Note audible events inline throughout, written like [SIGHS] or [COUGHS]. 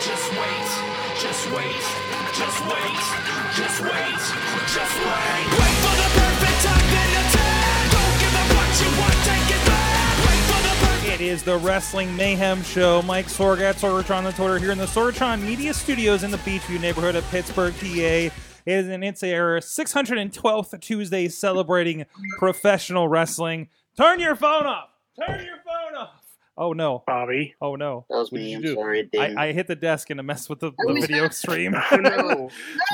Just wait, just wait, just wait, just wait, just wait. Wait for the perfect time then attack. Don't give up what you want, take it back. Wait for the It perfect. is the Wrestling Mayhem Show. Mike Sorg at Sorgatron on Twitter here in the Sorgatron Media Studios in the Beachview neighborhood of Pittsburgh, PA. It is an it's our 612th Tuesday celebrating professional wrestling. Turn your phone off. Turn your phone off. Oh no. Bobby. Oh no. That was What me. did I'm you do? sorry. It didn't. I, I hit the desk and it messed with the, Oh, the video stream. No.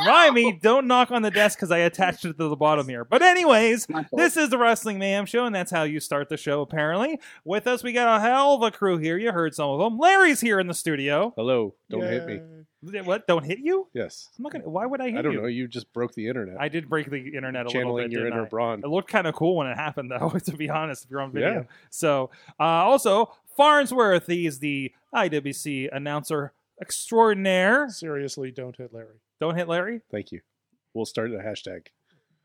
Rhymey, don't knock on the desk because I attached it to the bottom here. But anyways, My fault. this is the Wrestling Mayhem Show, and that's how you start the show, apparently. With us, we got a hell of a crew here. You heard some of them. Larry's here in the studio. Hello, don't hit me. What? Don't hit you? Yes. I'm not gonna. Why would I hit I don't you? know. You just broke the internet. I did break the internet a little Channeling bit. your didn't inner I? brawn. It looked kind of cool when it happened, though. [LAUGHS] To be honest, if you're on video. Yeah. So, uh, also Farnsworth, he's the IWC announcer extraordinaire. Seriously, don't hit Larry. Don't hit Larry. Thank you. We'll start a hashtag.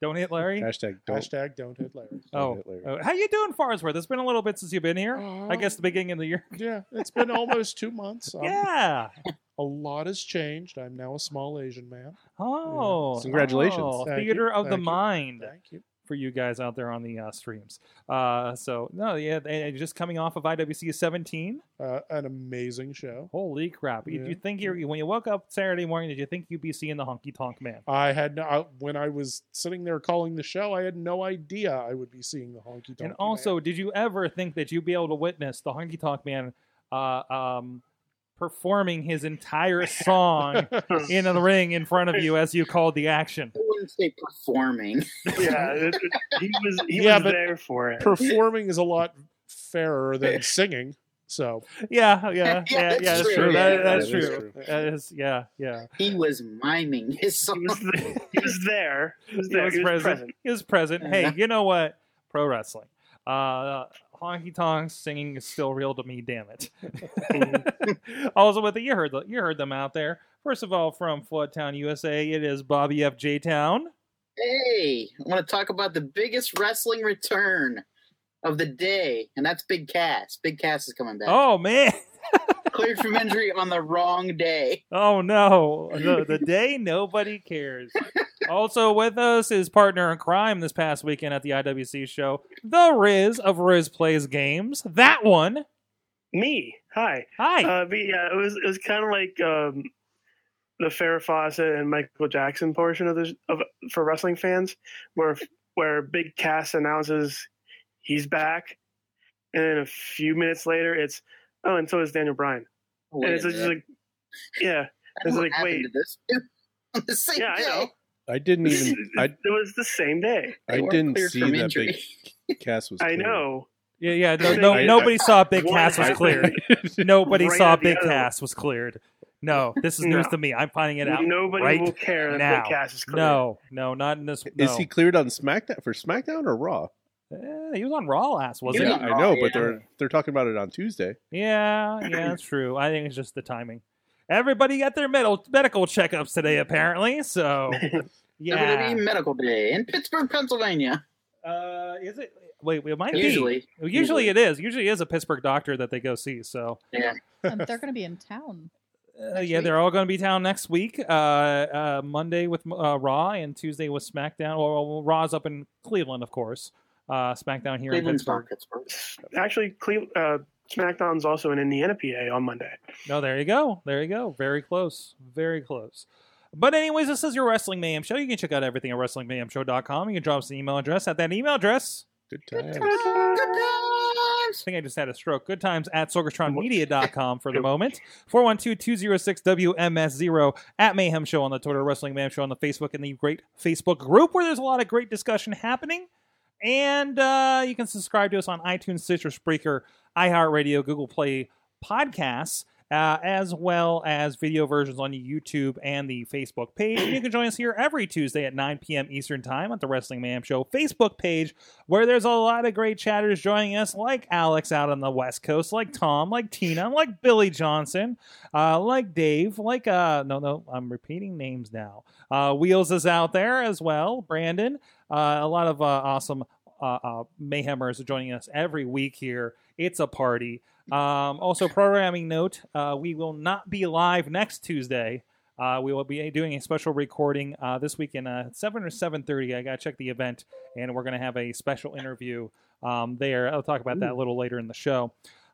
Don't hit Larry. Hashtag don't. Hashtag don't hit Larry. don't Oh, hit Larry. oh, how you doing, Farnsworth? It's been a little bit since you've been here. I guess Oh. the beginning of the year. Yeah, it's been almost [LAUGHS] two months. Um, Yeah. A lot has changed. I'm now a small Asian man. Oh, Congratulations. oh, Thank theater you, of the thank you, mind Thank you. for you guys out there on the uh, streams. Uh, so no, yeah, and just coming off of IWC 17. Uh, an amazing show. Holy crap! Did Yeah. you think you when you woke up Saturday morning? Did you think you'd be seeing the honky tonk man? I had no, I, when I was sitting there calling the show, I had no idea I would be seeing the honky tonk. and [LAUGHS] also, did you ever think that you'd be able to witness the honky tonk man uh, um, performing his entire [LAUGHS] song in the ring in front of you as you called the action? I wouldn't say performing. [LAUGHS] yeah, it- it- he was he Yeah, was but- there for it. performing is a lot fairer than singing. So Yeah, yeah, Yeah, yeah, yeah. that's That's true. true. Yeah, That- yeah, That's that is true. That is, yeah, yeah. He was miming [LAUGHS] his He song. was there. He was there. He was, He there. was present. He was present. Hey, Yeah. you know what? Pro wrestling. Uh, honky tonk singing is still real to me. Damn it. [LAUGHS] also, with the, you heard the, you heard them out there. First of all, from Flood Town, USA, it is Bobby F. J. Town. Hey, I want to talk about the biggest wrestling return of the day, and that's Big Cass. Big Cass is coming back. Oh man. Cleared from injury on the wrong day. Oh no. The, [LAUGHS] the day nobody cares. Also with us is partner in crime this past weekend at the IWC show, the Riz of Riz Plays Games. That one. Me. Hi. Hi. Uh, but yeah, it was it was kind of like um, the Farrah Fawcett and Michael Jackson portion of this of for wrestling fans, where where Big Cass announces he's back, and then a few minutes later it's oh, and so is Daniel Bryan, Oh, and wait it's a just minute. like yeah, I don't it's know like, what happened wait. to this. [LAUGHS] On the same Yeah, I day. know. I [LAUGHS] didn't even. I, [LAUGHS] it was the same day. I They weren't didn't cleared see from that injury. [LAUGHS] big cast was. I cleared. [LAUGHS] know. Yeah, yeah. No, no, I- nobody saw Big One Cass was happened. cleared. [LAUGHS] Nobody Right saw at the Big other one. Cass was cleared. No, this is news No. to me. I'm finding it out. Nobody right will care that now. Big Cass is clear. No, no, not in this. No. Is he cleared on SmackDown for SmackDown or Raw? Eh, he was on Raw last, wasn't Yeah. he? yeah, I know, but Yeah. they're they're talking about it on Tuesday. Yeah, yeah, that's true. I think it's just the timing. Everybody got their med- medical checkups today, apparently. So, yeah. WWE E Medical Day in Pittsburgh, Pennsylvania. Uh, is it? Wait, it might be. Usually, Usually, it is. Usually, it is a Pittsburgh doctor that they go see. So, Um, they're going to be in town. Uh, Next yeah, week. they're all going to be down next week. Uh, uh, Monday with uh, Raw and Tuesday with SmackDown. Well, well, Raw's up in Cleveland, of course. Uh, SmackDown here Cleveland's in Pittsburgh. not Pittsburgh. [LAUGHS] Actually, Cle- uh, SmackDown's also in Indiana, PA on Monday. No, there you go. There you go. Very close. Very close. But anyways, this is your Wrestling Mayhem Show. You can check out everything at WrestlingMayhemShow.com. You can drop us an email address at that email address. Good times. I think I just had a stroke. Good times at sorgatronmedia.com for the moment. 412-206-WMS0 at Mayhem Show on the Twitter, Wrestling Mayhem Show on the Facebook, and the great Facebook group where there's a lot of great discussion happening. And uh, you can subscribe to us on iTunes, Stitcher, Spreaker, iHeartRadio, Google Play Podcasts, uh, as well as video versions on YouTube and the Facebook page. And you can join us here every Tuesday at 9 p.m. Eastern Time at the Wrestling Mayhem Show Facebook page, where there's a lot of great chatters joining us, like Alex out on the West Coast, like Tom, like Tina, like Billy Johnson, uh, like Dave, like, uh, no, no, I'm repeating names now. Uh, Wheels is out there as well, Brandon. Uh, a lot of uh, awesome uh, uh, mayhemers are joining us every week here. It's a party. Um, also, programming note: uh, we will not be live next Tuesday. Uh, we will be doing a special recording uh, this weekend, uh, seven or seven thirty. I gotta check the event, and we're gonna have a special interview um, there. I'll talk about that a little later in the show.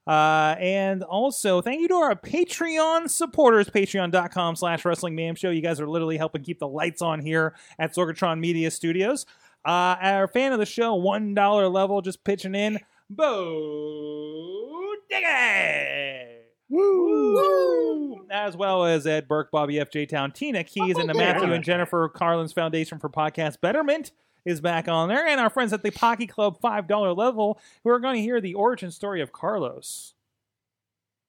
Uh, and also, thank you to our Patreon supporters, patreon.com slash wrestling mayhem show. You guys are literally helping keep the lights on here at Sorgatron Media Studios. Uh, our fan of the show, one dollar level, just pitching in, Bo Diggy, woo, as well as Ed Burke, Bobby F. J. Town, Tina Keys, and the Matthew and Jennifer Carlin's Foundation for Podcast Betterment is back on there, and our friends at the Pocky Club five dollar level, who are going to hear the origin story of Carlos.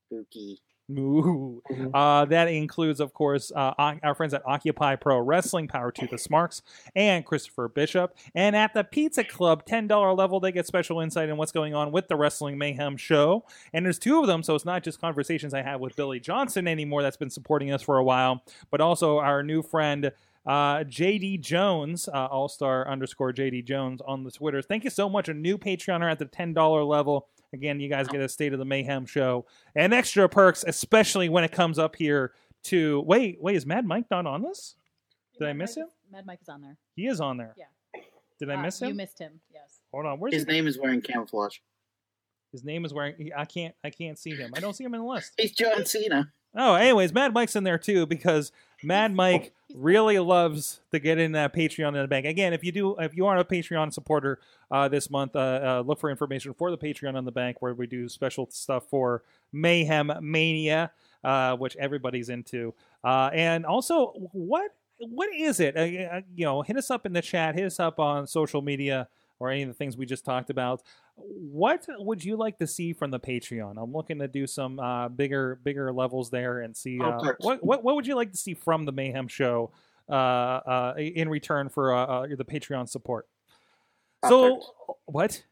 Spooky. [LAUGHS] Ooh. Mhm. Uh, that includes, of course, uh, O- our friends at Occupy Pro Wrestling, Power to the Smarks, and Christopher Bishop. And at the Pizza Club, $10 level, they get special insight in what's going on with the Wrestling Mayhem show. And there's two of them, so it's not just conversations I have with Billy Johnson anymore that's been supporting us for a while, but also our new friend. Uh, JD Jones, uh, All Star underscore JD Jones on the Twitter. Thank you so much. A new Patreoner at the ten dollar level. Again, you guys get a State of the Mayhem show and extra perks, especially when it comes up here to wait, wait, is Mad Mike not on this? Did I Mad miss Mike him? is- Mad Mike is on there. He is on there. Yeah. Did I Ah, miss You him? missed him. Yes. Hold on, where's his, His name is wearing camouflage. his name is wearing he- I can't I can't see him. I don't see him in the list. He's John Cena. Oh, anyways, Mad Mike's in there too because Mad Mike He's- really loves to get in that Patreon in the bank. Again, if you do, if you aren't a Patreon supporter uh, this month, uh, uh, look for information for the Patreon in the bank where we do special stuff for Mayhem Mania, uh, which everybody's into. Uh, and also, what what is it? Uh, Uh, you know, hit us up in the chat. Hit us up on social media or any of the things we just talked about. What would you like to see from the Patreon? I'm looking to do some uh, bigger bigger levels there and see All uh, perks. what, what what would you like to see from the Mayhem Show uh, uh, in return for uh, uh, the Patreon support. Pop so what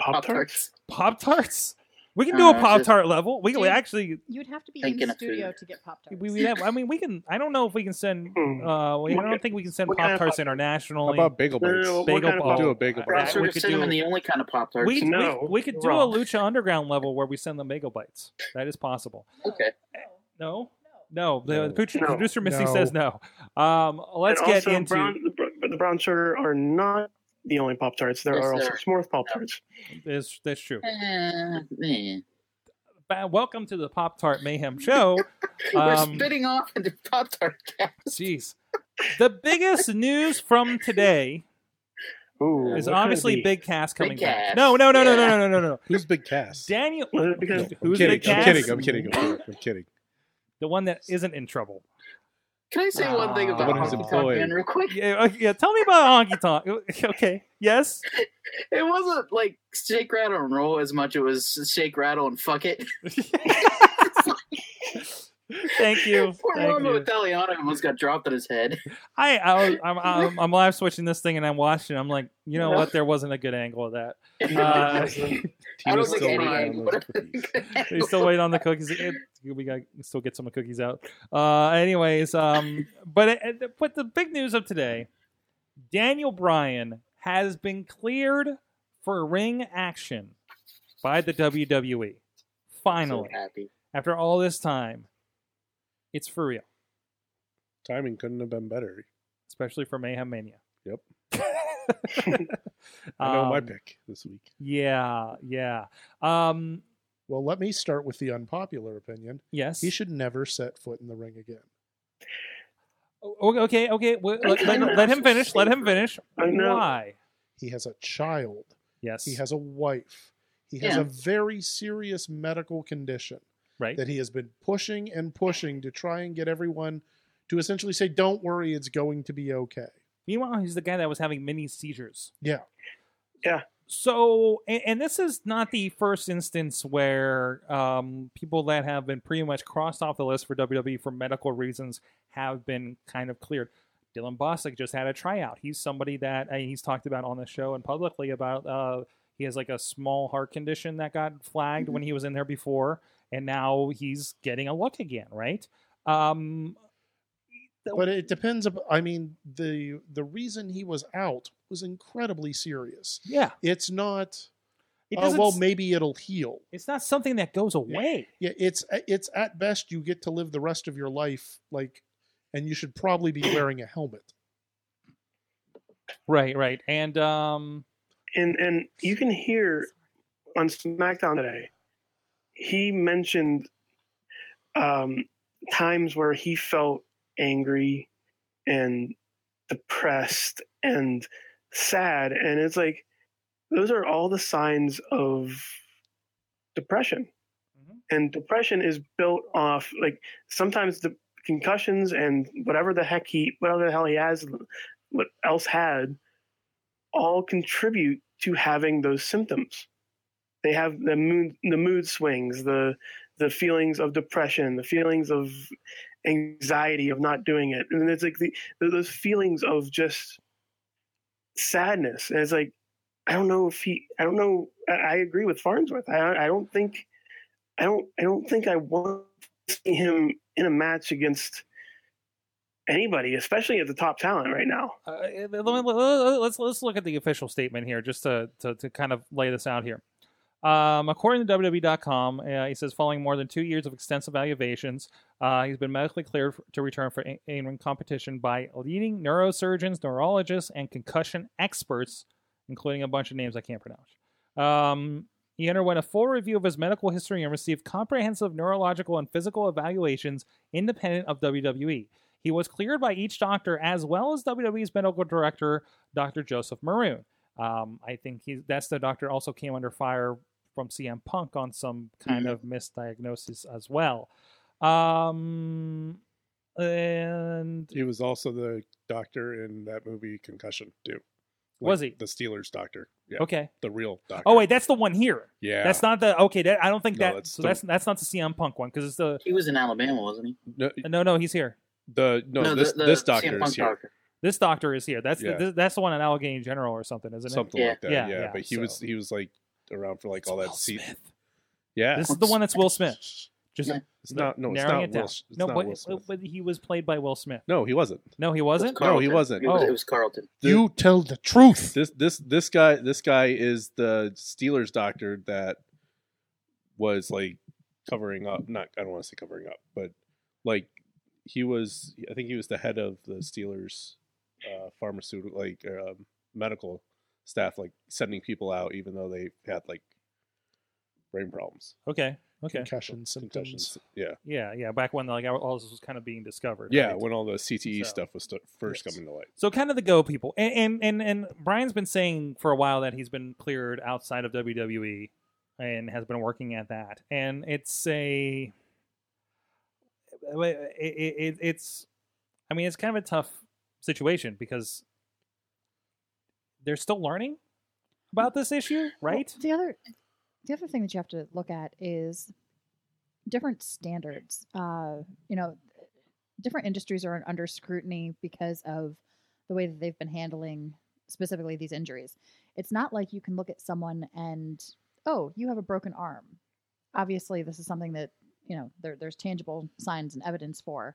Pop Tart. Pop-Tarts. Pop Tarts? We can do a Uh, Pop just- Tart level. We can we Dude. actually You'd have to be in Thinking the of studio food. to get Pop Tarts. we, we have. I mean, we can. I don't know if we can send. Hmm. Uh, we, I don't What- think we can send what kind Pop of Tarts Pop- How internationally. about bagel No, no, bites? no, what Bagel kind of ball. Pop- Do a bagel Right. bite. we Crossover could cinnamon, do- the only kind of Pop Tarts. We, No, we we could do wrong. a Lucha Underground level where we send them bagel bites. That is possible. Okay. No, No, no. no. The, No. the producer, No. producer Misty No. says no. Um, let's And get also into. brown, the, br- the brown sugar are not the only Pop Tarts. There Yes, are also sir. s'mores Pop Tarts. Is that's true. Eh, meh. Ba- Welcome to the Pop Tart Mayhem [LAUGHS] Show. We're Um, spitting off into Pop Tart cast. Jeez. The biggest news from today Ooh, is what could it obviously be? Big Cass coming Big back. Cass. No, no, no, no, no, Yeah. no, no, no, no. Who's Big Cass? Daniel, Was it because No, I'm, Who's kidding, Big I'm Cass? kidding. I'm kidding. I'm kidding. I'm [LAUGHS] kidding. the one that isn't in trouble. Can I say one thing Ah. about The one who's Honky Tonk employed. Man real quick? Yeah, uh, yeah. Tell me about Honky Tonk. [LAUGHS] Okay. Yes. [LAUGHS] It wasn't like shake, rattle, and roll as much. It was shake, rattle, and fuck it. Thank you. Poor Thank Romo you. Italiano almost got dropped on his head. I, I was- I'm, I'm, I'm live switching this thing and I'm watching. I'm like, you know what? There wasn't a good angle of that. [LAUGHS] [LAUGHS] Uh, I don't Tina's think still any working angle on would those have been cookies. [LAUGHS] good. They still wait on the cookies. It- we got still get some cookies out. Uh, anyways, um, but it, it- but the big news of today, Daniel Bryan has been cleared for ring action by the WWE. Finally, So happy. after all this time, it's for real, Timing couldn't have [LAUGHS] been better. especially for Mayhem Mania. Yep. I know my um, pick this week. yeah, yeah. Um, Well, let me start with the unpopular opinion. yes. He should never set foot in the ring again. O- Okay, okay. Well, Let, [COUGHS] let, let him finish. Let him finish. I know. Why? He has a child. Yes. He has a wife. He has Yeah. a very serious medical condition right. that he has been pushing and pushing to try and get everyone to essentially say, "Don't worry, it's going to be okay." Meanwhile, he's the guy that was having mini seizures. Yeah. Yeah. So, and, and this is not the first instance where um, people that have been pretty much crossed off the list for WWE for medical reasons have been kind of cleared. Dylan Bosick just had a tryout. He's somebody that uh, he's talked about on the show and publicly about. Uh, he has like a small heart condition that got flagged Mm-hmm. when he was in there before, and now he's getting a look again, right? Um, But it depends. Up, I mean, the the reason he was out was incredibly serious. yeah, It's not. it Oh doesn't. well, s- maybe it'll heal. it's not something that goes away. Yeah, it's uh, it's at best you get to live the rest of your life like, and you should probably [CLEARS THROAT] be wearing a helmet. Right, right, and um, and and you can hear on SmackDown today, he mentioned um, times where he felt angry and depressed and sad, and it's like those are all the signs of depression. Mhm. And depression is built off like sometimes the concussions and whatever the heck he whatever the hell he has what else had all contribute to having those symptoms. They have the mood, the mood swings, the the feelings of depression, the feelings of anxiety of not doing it, and it's like the, those feelings of just sadness. And it's like I don't know if he, I don't know. I, I agree with Farnsworth. I, I don't think, I don't, I don't think I want to see him in a match against anybody, especially at the top talent right now. uh, let me, let- let- let's let's look at the official statement here just to to, to kind of lay this out here. Um, according to WWE.com, uh, he says following more than two years of extensive evaluations, uh, he's been medically cleared for, to return for in- in-ring competition by leading neurosurgeons, neurologists, and concussion experts, including a bunch of names I can't pronounce. Um, he underwent a full review of his medical history and received comprehensive neurological and physical evaluations independent of WWE. He was cleared by each doctor as well as WWE's medical director, Dr. Joseph Maroon. Um, I think he, that's the doctor also came under fire from CM Punk on some kind of misdiagnosis as well. Um, and He was also the doctor in that movie Concussion too. Was he? the Steelers doctor? Yeah, okay. the real doctor. Oh wait, that's the one here. yeah, That's not the okay. That I don't think No, that that's so the- that's that's not the CM Punk one because it's the He was in Alabama, wasn't he? no, no no he's here. the no, this the- the this CM doctor Punk is here. doctor. This doctor is here. That's Yeah. the, that's the one in Allegheny General or something, isn't it? something Yeah. like that. Yeah, Yeah, yeah, but he was so- he was like around for like It's all that Will seat. Smith. Yeah, This is the one that's Will [LAUGHS] Smith. Just Yeah. it's not no, it's narrowing not it Will. down. It's no, not but, Will Smith. but he was played by Will Smith. No, he wasn't. No, he It was wasn't. No, he Carlton. wasn't. It was, Oh. it was Carlton. The- you tell the truth. This this this guy this guy is the Steelers doctor that was like covering up. Not I don't want to say covering up, but like he was. I think he was the head of the Steelers uh, pharmaceutical like um, medical staff, like sending people out even though they had like brain problems, Okay. Okay. Concussion symptoms. concussions. Yeah, Yeah, yeah. Back when like all this was kind of being discovered. yeah. right? When all the CTE So- stuff was st- first Yes. coming to light. So kind of the go people, and, and and and Brian's been saying for a while that he's been cleared outside of WWE, and has been working at that. And it's a, it, it, it- it's, I mean, it's kind of a tough situation because they're still learning about this issue, Well, right? the other the other thing that you have to look at is different standards. Uh, you know, different industries are under scrutiny because of the way that they've been handling specifically these injuries. It's not like you can look at someone and oh, you have a broken arm. Obviously, this is something that you know there, there's tangible signs and evidence for.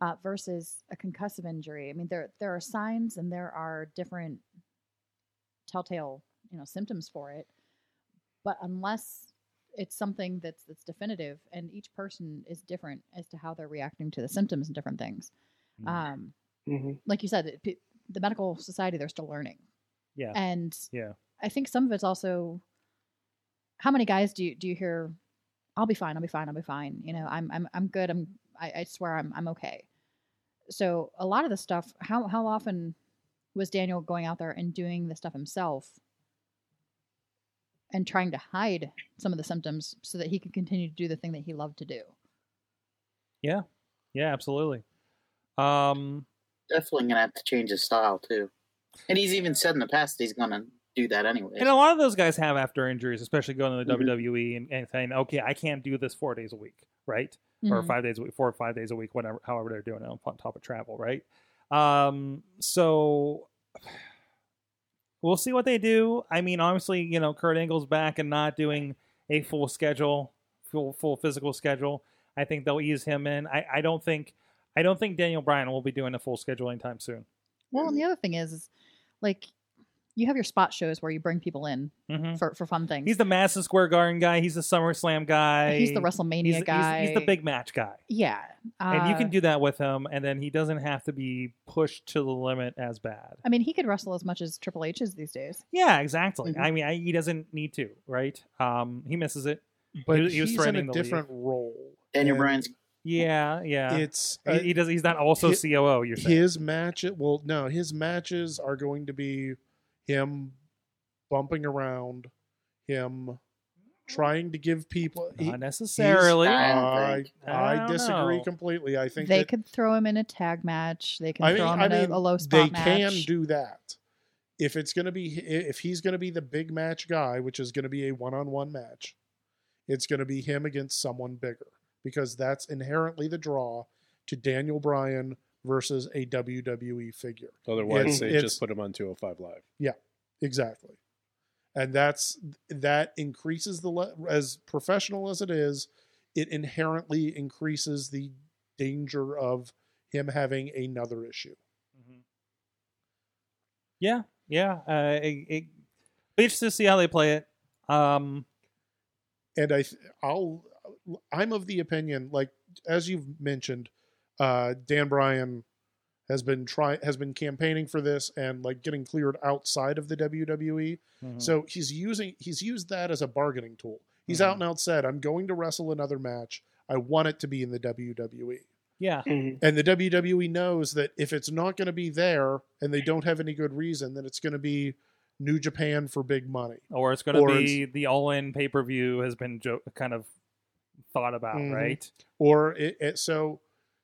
Uh, versus a concussive injury. I mean, there there are signs and there are different telltale you know symptoms for it but unless it's something that's that's definitive and each person is different as to how they're reacting to the symptoms and different things Mm. um Mm-hmm. like you said it, pe- the medical society they're still learning Yeah. and Yeah. i think some of it's also how many guys do you do you hear i'll be fine i'll be fine i'll be fine you know i'm i'm, I'm good i'm I, I swear i'm i'm okay so a lot of the stuff how how often was daniel going out there and doing the stuff himself and trying to hide some of the symptoms so that he could continue to do the thing that he loved to do Yeah, absolutely. Um, Definitely gonna have to change his style too. And he's even said in the past that he's gonna do that anyway. And a lot of those guys have after injuries, especially going to the WWE and, and saying, okay, I can't do this four days a week, right? Or Mhm. five days a week, four or five days a week, whatever, however they're doing it on top of travel, right? Um, so we'll see what they do. I mean, obviously, you know, Kurt Angle's back and not doing a full schedule, full full physical schedule. I think they'll ease him in. I, I don't think I don't think Daniel Bryan will be doing a full schedule anytime soon. Well, Mm. and the other thing is, is like you have your spot shows where you bring people in Mm-hmm. for, for fun things. He's the Madison Square Garden guy. He's the SummerSlam guy. He's the He's- WrestleMania he's- guy. He's, the big match guy. Yeah. Uh, and you can do that with him, and then he doesn't have to be pushed to the limit as bad. I mean, he could wrestle as much as Triple H is these days. Yeah, exactly. Mhm. Mm-hmm. I mean, I, he doesn't need to, right? Um, he misses it. But he was he's in threatening to a leave. different role. Daniel and Bryan's Yeah, yeah. It's he, uh, he does. He's not also hi- COO. You're saying. his match. Well, no, his matches are going to be him bumping around, him trying to give people. he- not necessarily. he's- I don't I, think. I I don't disagree know. completely. I think They that, could throw him in a tag match. They can I mean, throw him I in a- mean, a, low spot they match. can do that. If it's going to be, if he's going to be the big match guy, which is going to be a one-on-one match, it's going to be him against someone bigger because that's inherently the draw to Daniel Bryan versus a WWE figure. Otherwise, It's- they it's- just put him on 205 Live. Exactly. And that's that increases the le- as professional as it is, it inherently increases the danger of him having another issue. Mhm. Yeah, yeah. Uh, it, it, be interested to see how they play it. Um, and I th- I'll I'm of the opinion like as you've mentioned uh Dan Bryan has been try has been campaigning for this and like getting cleared outside of the WWE mhm. so he's using he's used that as a bargaining tool he's Mhm. out and out said I'm going to wrestle another match I want it to be in the WWE yeah, Mhm. and the WWE knows that if it's not going to be there and they don't have any good reason then it's going to be New Japan for big money or it's going to Or be the all-in pay-per-view has been jo- kind of thought about, Mhm. right? or it, it so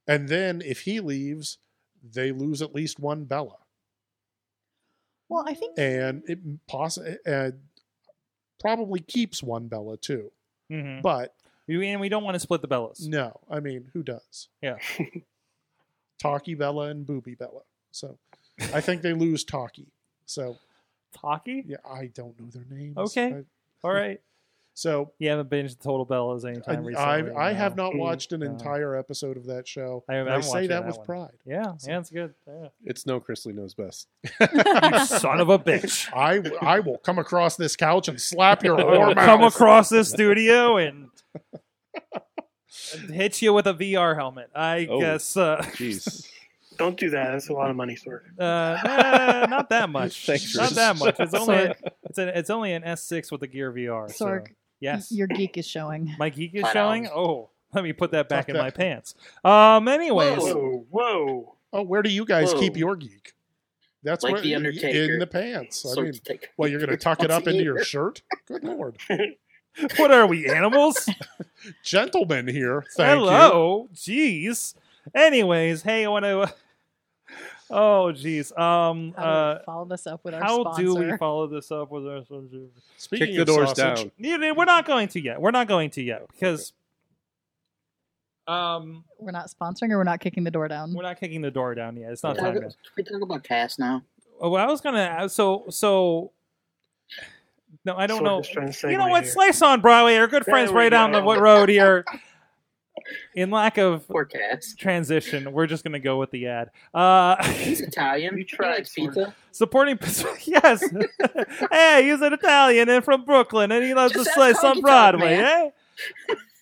and then if he leaves they lose at least one bella Well, I think and it possibly uh, probably keeps one bella too Mm-hmm. but And we don't want to split the bellas. no i mean who does Yeah. [LAUGHS] talkie bella and booby bella so i think they lose talkie so Taki? yeah i don't know their names Okay. I- All right. so You haven't binged Total Bellas I, anytime I, recently. I have no. not Mm, watched an no. entire episode of that show uh, I- and I'm say watching that, that with one. pride Yeah, So- yeah, it's good. Yeah. It's no Chrisley [LAUGHS] knows best. [LAUGHS] You son of a bitch. I, I will come across this couch and [LAUGHS] slap your whore mouth. Come across this studio and [LAUGHS] and hit you with a VR helmet. I Oh. guess. Uh, Jeez. Don't do that. That's a lot of money, Sorg. uh, nah, not [LAUGHS] that much. Thanks, not Chris. that [LAUGHS] much. It's only Sorg, it's, an it's only an S6 with the Gear VR. so- Sorg, Yes. your geek is showing. My geek is Right showing. on. Oh, let me put that back Fuck in that. my pants. Um. Anyways, Whoa, whoa. Oh, where do you guys Whoa. keep your geek? That's Like where, The Undertaker. in the pants. I Sorg mean, to take- well, [LAUGHS] you're gonna tuck it up into your Here. shirt. [LAUGHS] Good lord, what are we animals? gentlemen here. Thank you. Hello. Jeez. Anyways, hey, I want to. [LAUGHS] Oh, jeez. Um. How do Uh. we follow this up with our How sponsor? do we follow this up with our sponsor? Speaking Kick the of doors sausage, down. You know, We're not going to yet. We're not going to yet because. Um, We're not sponsoring or we're not kicking the door down. we're not kicking the door down yet. It's Can not we time talk- yet. can we talk about Cass now? Oh, Well, I was gonna. So, so. No, I don't Sorg know. is trying to You know segue what? here. Slice on Broadway are good There friends we right down the go. road here. In lack of Poor Cass. transition, we're just gonna go with the ad. Uh, [LAUGHS] He's Italian. You He tried, likes Sorg. pizza. supporting [LAUGHS] yes hey he's an italian and from brooklyn and he loves Just to ask slice on Honky Tonk broadway eh Man.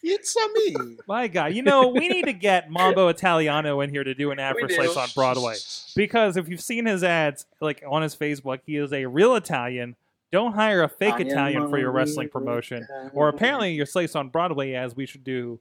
it's a me. my god you know we need to get mambo italiano in here to do an ad [LAUGHS] We for do. slice [LAUGHS] on broadway because if you've seen his ads like on his facebook he is a real italian don't hire a fake I am italian for your a wrestling real promotion Italian. or apparently your slice on broadway ads we should do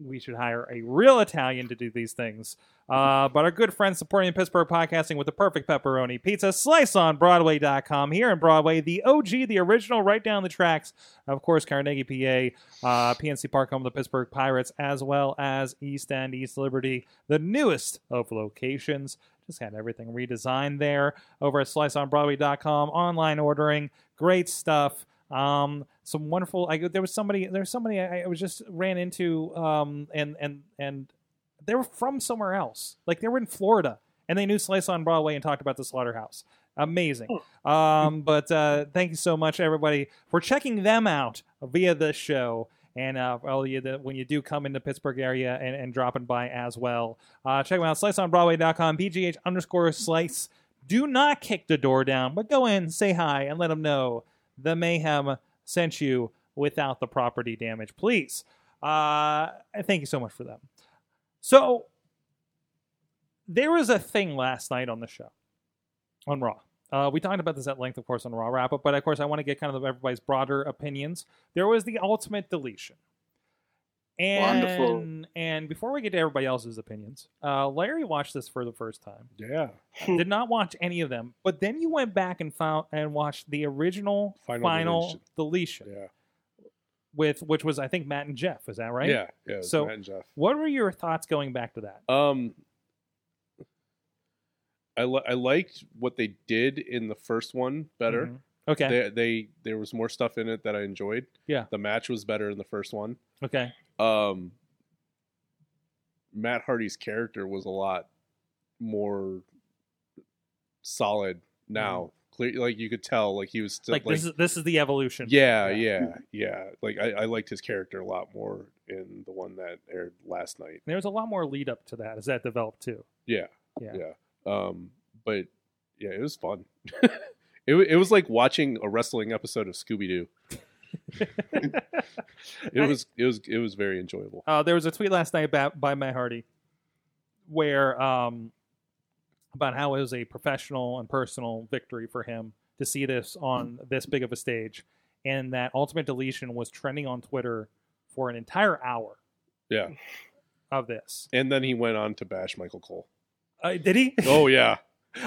we should hire a real Italian to do these things. Uh, but our good friends supporting Pittsburgh podcasting with the perfect pepperoni pizza slice on Broadway.com here in Broadway, the OG, the original, right down the tracks. Of course, Carnegie, PA, uh, PNC Park, home of the Pittsburgh Pirates, as well as East End, East Liberty, the newest of locations. Just had everything redesigned there over at sliceonbroadway.com. Online ordering, great stuff. Um, some wonderful. I there was somebody. There was somebody I, I was just ran into. Um, and and and they were from somewhere else. Like they were in Florida, and they knew Slice on Broadway and talked about the Slaughterhouse. Amazing. Um, but uh, thank you so much, everybody, for checking them out via this show. And uh, all you that when you do come into Pittsburgh area and, and dropping by as well, uh, check them out. SliceOnBroadway.com, BGH underscore Slice. Do not kick the door down, but go in, say hi, and let them know the mayhem sent you without the property damage. Please, uh, and thank you so much for them. So there was a thing last night on the show on Raw. Uh, we talked about this at length, of course, on Raw Wrap Up, but of course, I want to get kind of everybody's broader opinions. There was the ultimate deletion. And, Wonderful. And before we get to everybody else's opinions, uh, Larry watched this for the first time. Yeah. Did not watch any of them, but then you went back and found and watched the original final, Final deletion, deletion. Yeah. with which was I think Matt and Jeff. Is that right? Yeah. Yeah. it was So- Matt and Jeff. What were your thoughts going back to that? Um, I li- I liked what they did in the first one better. Mhm. Okay. They, they there was more stuff in it that I enjoyed. Yeah. the match was better in the first one. okay. Um, Matt Hardy's character was a lot more solid now. Clear, like you could tell, like he was still Like, this is this is the evolution. yeah, Yeah. yeah, yeah. Like I, I liked his character a lot more in the one that aired last night. There was a lot more lead up to that as that developed [LAUGHS] too. [LAUGHS] Yeah. Yeah. Yeah. Um, but yeah, it was fun. [LAUGHS] it, wa- it was like watching a wrestling episode of Scooby Doo. It was it was it was very enjoyable. Uh, there was a tweet last night by, by Matt Hardy where um, about how it was a professional and personal victory for him to see this on this big of a stage, and that Ultimate Deletion was trending on Twitter for an entire hour Yeah. of this. And then he went on to bash Michael Cole. Uh, did he? [LAUGHS] Oh yeah.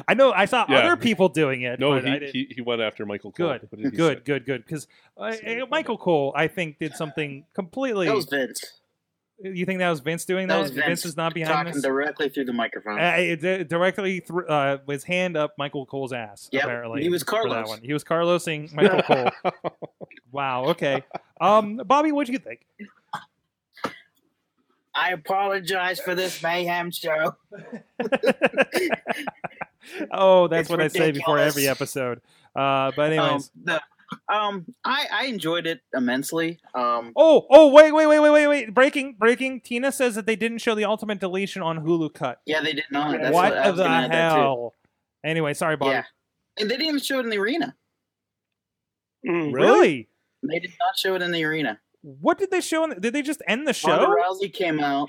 I know I saw Yeah. other people doing it. No, but I he, didn't. he, he went after Michael Cole. good, What did he good, say? good, good. Because uh, Sorry, uh, Michael Cole, I think, did something completely. That was Vince. you think that was Vince doing that? That was Vince, is not behind talking this. directly through the microphone. Uh, it di- directly through uh, his hand up Michael Cole's ass. Yep, apparently he was for that Carlos. one. He was Carlosing [LAUGHS] Michael Cole. Wow. Okay. Um, Bobby, what do you [LAUGHS] think? I apologize for this mayhem show. Um, oh, that's It's what I say before ridiculous. every episode. Uh, but Um, anyways. the- um, I, I enjoyed it immensely. Um, Oh, oh, wait, wait, wait, wait, wait, wait! Breaking, breaking! Tina says that they didn't show the ultimate deletion on Hulu Cut. yeah, they did not. That's what what, I was the gonna add that too. hell? Anyway, sorry, Bobby. Yeah, and they didn't even show it in the arena. Mm. Really? They did not show it in the arena. What did they show? In the, did they just end the Ronda show? Rousey came out,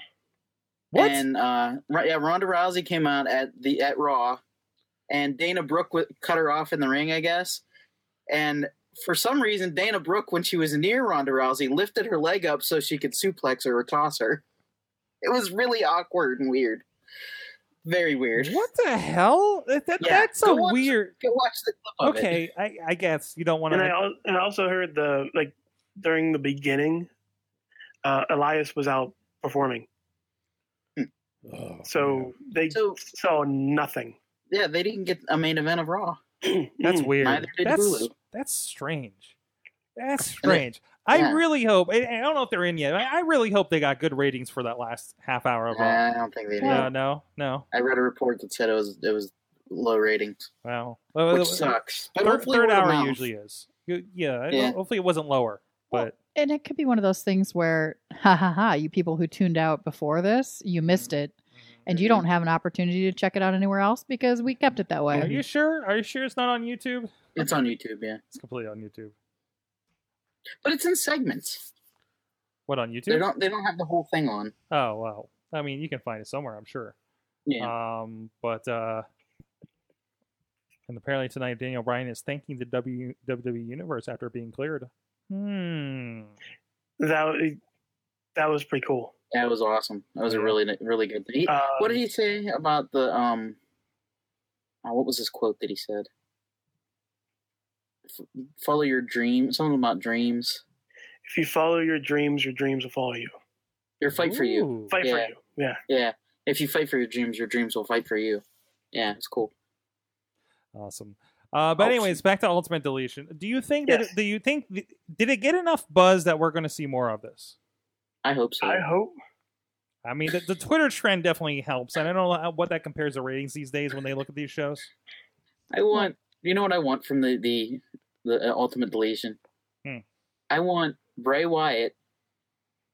What? and uh, Ro- yeah, Ronda Rousey came out at the at Raw, and Dana Brooke w- cut her off in the ring, I guess. And for some reason, Dana Brooke, when she was near Ronda Rousey, lifted her leg up so she could suplex her or toss her. It was really awkward and weird. Very weird. What the hell? That, that- Yeah, that's a go watch- weird. Go watch the clip of it. Okay, I, I guess you don't want And I to. al- and I also heard the like during the beginning, uh, Elias was out performing, Oh, so they So- saw nothing. [CLEARS THROAT] Yeah, they didn't get a main event of Raw. That's Mm. weird. [LAUGHS] Neither did That's Hulu. that's strange. That's And it- strange. I yeah. really hope. I, I don't know if they're in yet. I, I really hope they got good ratings for that last half hour of all. Nah, I don't think they did. No, no, no. I read a report that said it was it was low ratings, Wow. which sucks. But third, hopefully third word of hour mouth. usually is. You- Yeah, Yeah. Hopefully it wasn't lower, Well, but and it could be one of those things where, ha ha ha, you people who tuned out before this, you missed it, and you don't have an opportunity to check it out anywhere else because we kept it that are way. you sure? Are you sure it's not on YouTube? It's on YouTube, yeah, It's completely on YouTube. but it's in segments. What on They YouTube? don't they don't have the whole thing on. Oh well, I mean you can find it somewhere, I'm sure. Yeah, Um, but uh, and apparently tonight Daniel Bryan is thanking the w, WWE Universe after being cleared. Hmm. That that was pretty cool. That was awesome. That was a really, really good thing. He- Um, what did he say about the um? oh, what was his quote that he said? F- follow your dream. Something about dreams. If you follow your dreams, your dreams will follow you. Or fight for you. Ooh. Fight Yeah. for you. Yeah. Yeah. If you fight for your dreams, your dreams will fight for you. Yeah, it's cool. Awesome. Uh, but Oh, anyways, back to Ultimate Deletion. Do you think that? Yes. Do you think? Did it get enough buzz that we're going to see more of this? I hope so. I hope. I mean, the, the Twitter trend definitely helps, and I don't know how- what that compares to ratings these days when they look at these shows. I want. You know what I want from the the the uh, ultimate deletion? Hmm. I want Bray Wyatt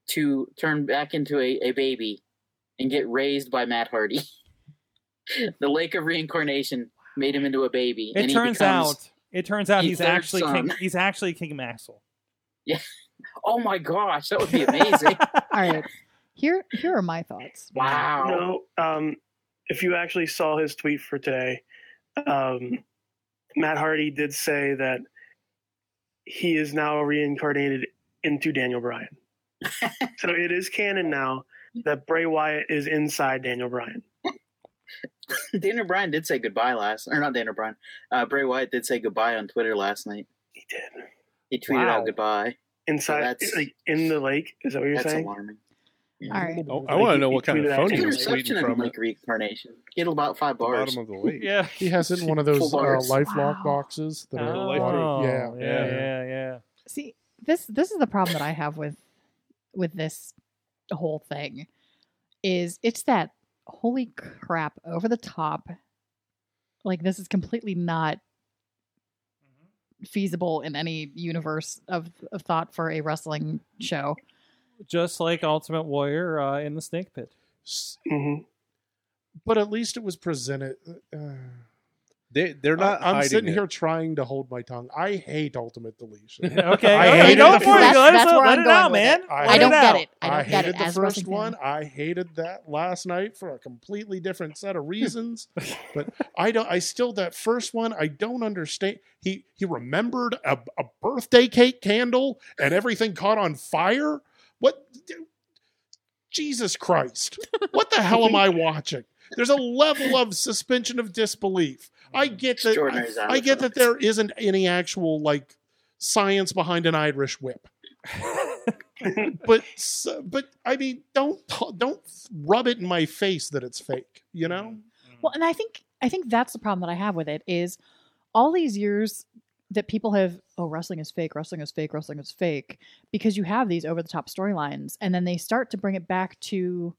to turn back into a, a baby and get raised by Matt Hardy. [LAUGHS] the Lake of Reincarnation made him into a baby. It and he turns becomes- out, it turns out the he's third actually son. King, he's actually King Maxwell. Oh my gosh, that would [LAUGHS] be [LAUGHS] amazing! All right. Here here are [LAUGHS] my thoughts. wow. No, um, if you actually saw his tweet for today, um, Matt Hardy did say that he is now reincarnated into Daniel [LAUGHS] Bryan. so it is canon now that Bray Wyatt is inside Daniel Bryan. Daniel Bryan did say goodbye last, or not Daniel Bryan. Uh, Bray Wyatt did say goodbye on Twitter last night. He did He tweeted Wow. out goodbye. inside, that's- like in the lake. Is that what you're That's saying? alarming. All right. Oh, I want to know He- what he kind of tweeted phone out he Good was something. reception tweeting in from. Lake at Reincarnation. Get about five The bars. bottom of the lake. Yeah. He has it in one of those Full uh, bars. life lock Wow. boxes that are Oh, water. Yeah, yeah, yeah. yeah, yeah. See, this this is the problem that I have with with this whole thing is it's that holy crap over the top. Like this is completely not feasible in any universe of, of thought for a wrestling show. Just like Ultimate Warrior uh, in the Snake Pit. S- Mhm. But at least it was presented. Uh, They they're not. I, am hiding sitting it. here trying to hold my tongue. I hate [LAUGHS] Ultimate Deletion. [LAUGHS] Okay, I all hated go the for it. first- Let, That's us, where let I'm it going out, with man. it. I Let I don't out. get it. I don't I get it hated the as a first wrestling one. fan. I hated that last night for a completely different set [LAUGHS] of reasons. but I don't. I still that first one. I don't understand. He he remembered a, a birthday cake candle and everything caught on fire. What? Jesus Christ! What the hell am [LAUGHS] I watching? There's a level of suspension of disbelief. I Mm, get that. Extraordinary I- I xylophone. get that there isn't any actual like science behind an Irish whip [LAUGHS] but so, but I mean, don't t- don't rub it in my face that it's fake. You know, Well, and I think I think that's the problem that I have with it is all these years that people have oh wrestling is fake, wrestling is fake, wrestling is fake because you have these over the top storylines and then they start to bring it back to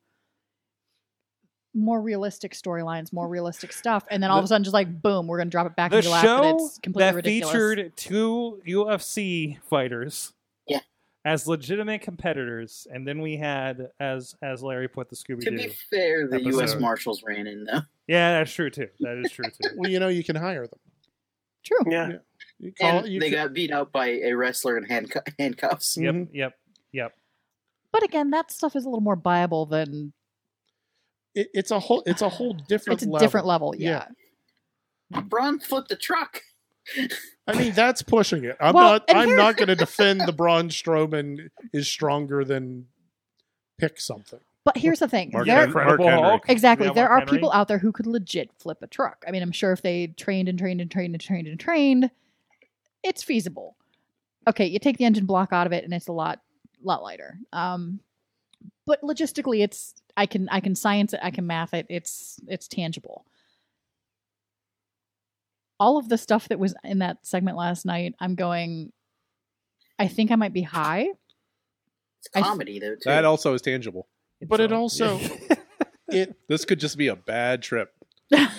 more realistic storylines, more realistic stuff, and then all of a sudden just like boom, we're gonna drop it back The into your lap and show it's completely that ridiculous. featured two UFC fighters Yeah. as legitimate competitors, and then we had, as as Larry put, the Scooby To be Doo. fair, the U.S. episode. Marshals ran in though. Yeah, that's true too. That is true [LAUGHS] too. well, you know, you can hire them. True. Yeah. You call And you. they can- got beat out by a wrestler in handcu- [LAUGHS] handcuffs. yep, Mhm. Mm-hmm. yep, yep. But again, that stuff is a little more viable than it, it's a whole. It's a whole different. it's a level. different level. Yeah. Yeah. Braun flipped the truck. I mean, that's pushing it. I'm Well, not. and I'm here- not going to defend the Braun Strowman is stronger than pick something. But here's the thing. Mark there- Henry. Incredible Hulk. Exactly. Yeah, there Mark are Henry. people out there who could legit flip a truck. I mean, I'm sure if they trained and trained and trained and trained and trained, it's feasible. Okay, you take the engine block out of it and it's a lot lot lighter. Um but logistically it's I can I can science it, I can math it. It's it's tangible. All of the stuff that was in that segment last night, I'm going I think I might be high. It's I- comedy though too. Oh, That also is tangible. But it also- [LAUGHS] It This could just be a bad trip. yeah,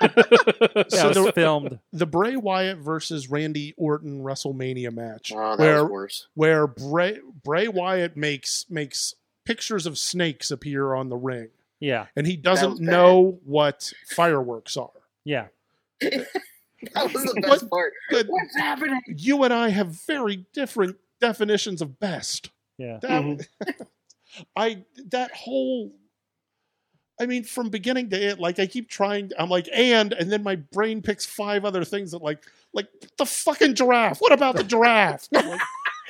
it so was the, filmed. the Bray Wyatt versus Randy Orton WrestleMania match oh, that where was [LAUGHS] worse. where Bray Bray Wyatt makes makes pictures of snakes appear on the ring. Yeah, and he was doesn't bad. know what fireworks are. yeah. That was the What- best part. Good. What's happening? You and I have very different definitions of best. Yeah. That, Mm-hmm. Mhm. I that whole I mean from beginning to end like I keep trying I'm like and and then my brain picks five other things that like like the fucking giraffe. What about the giraffe? Like,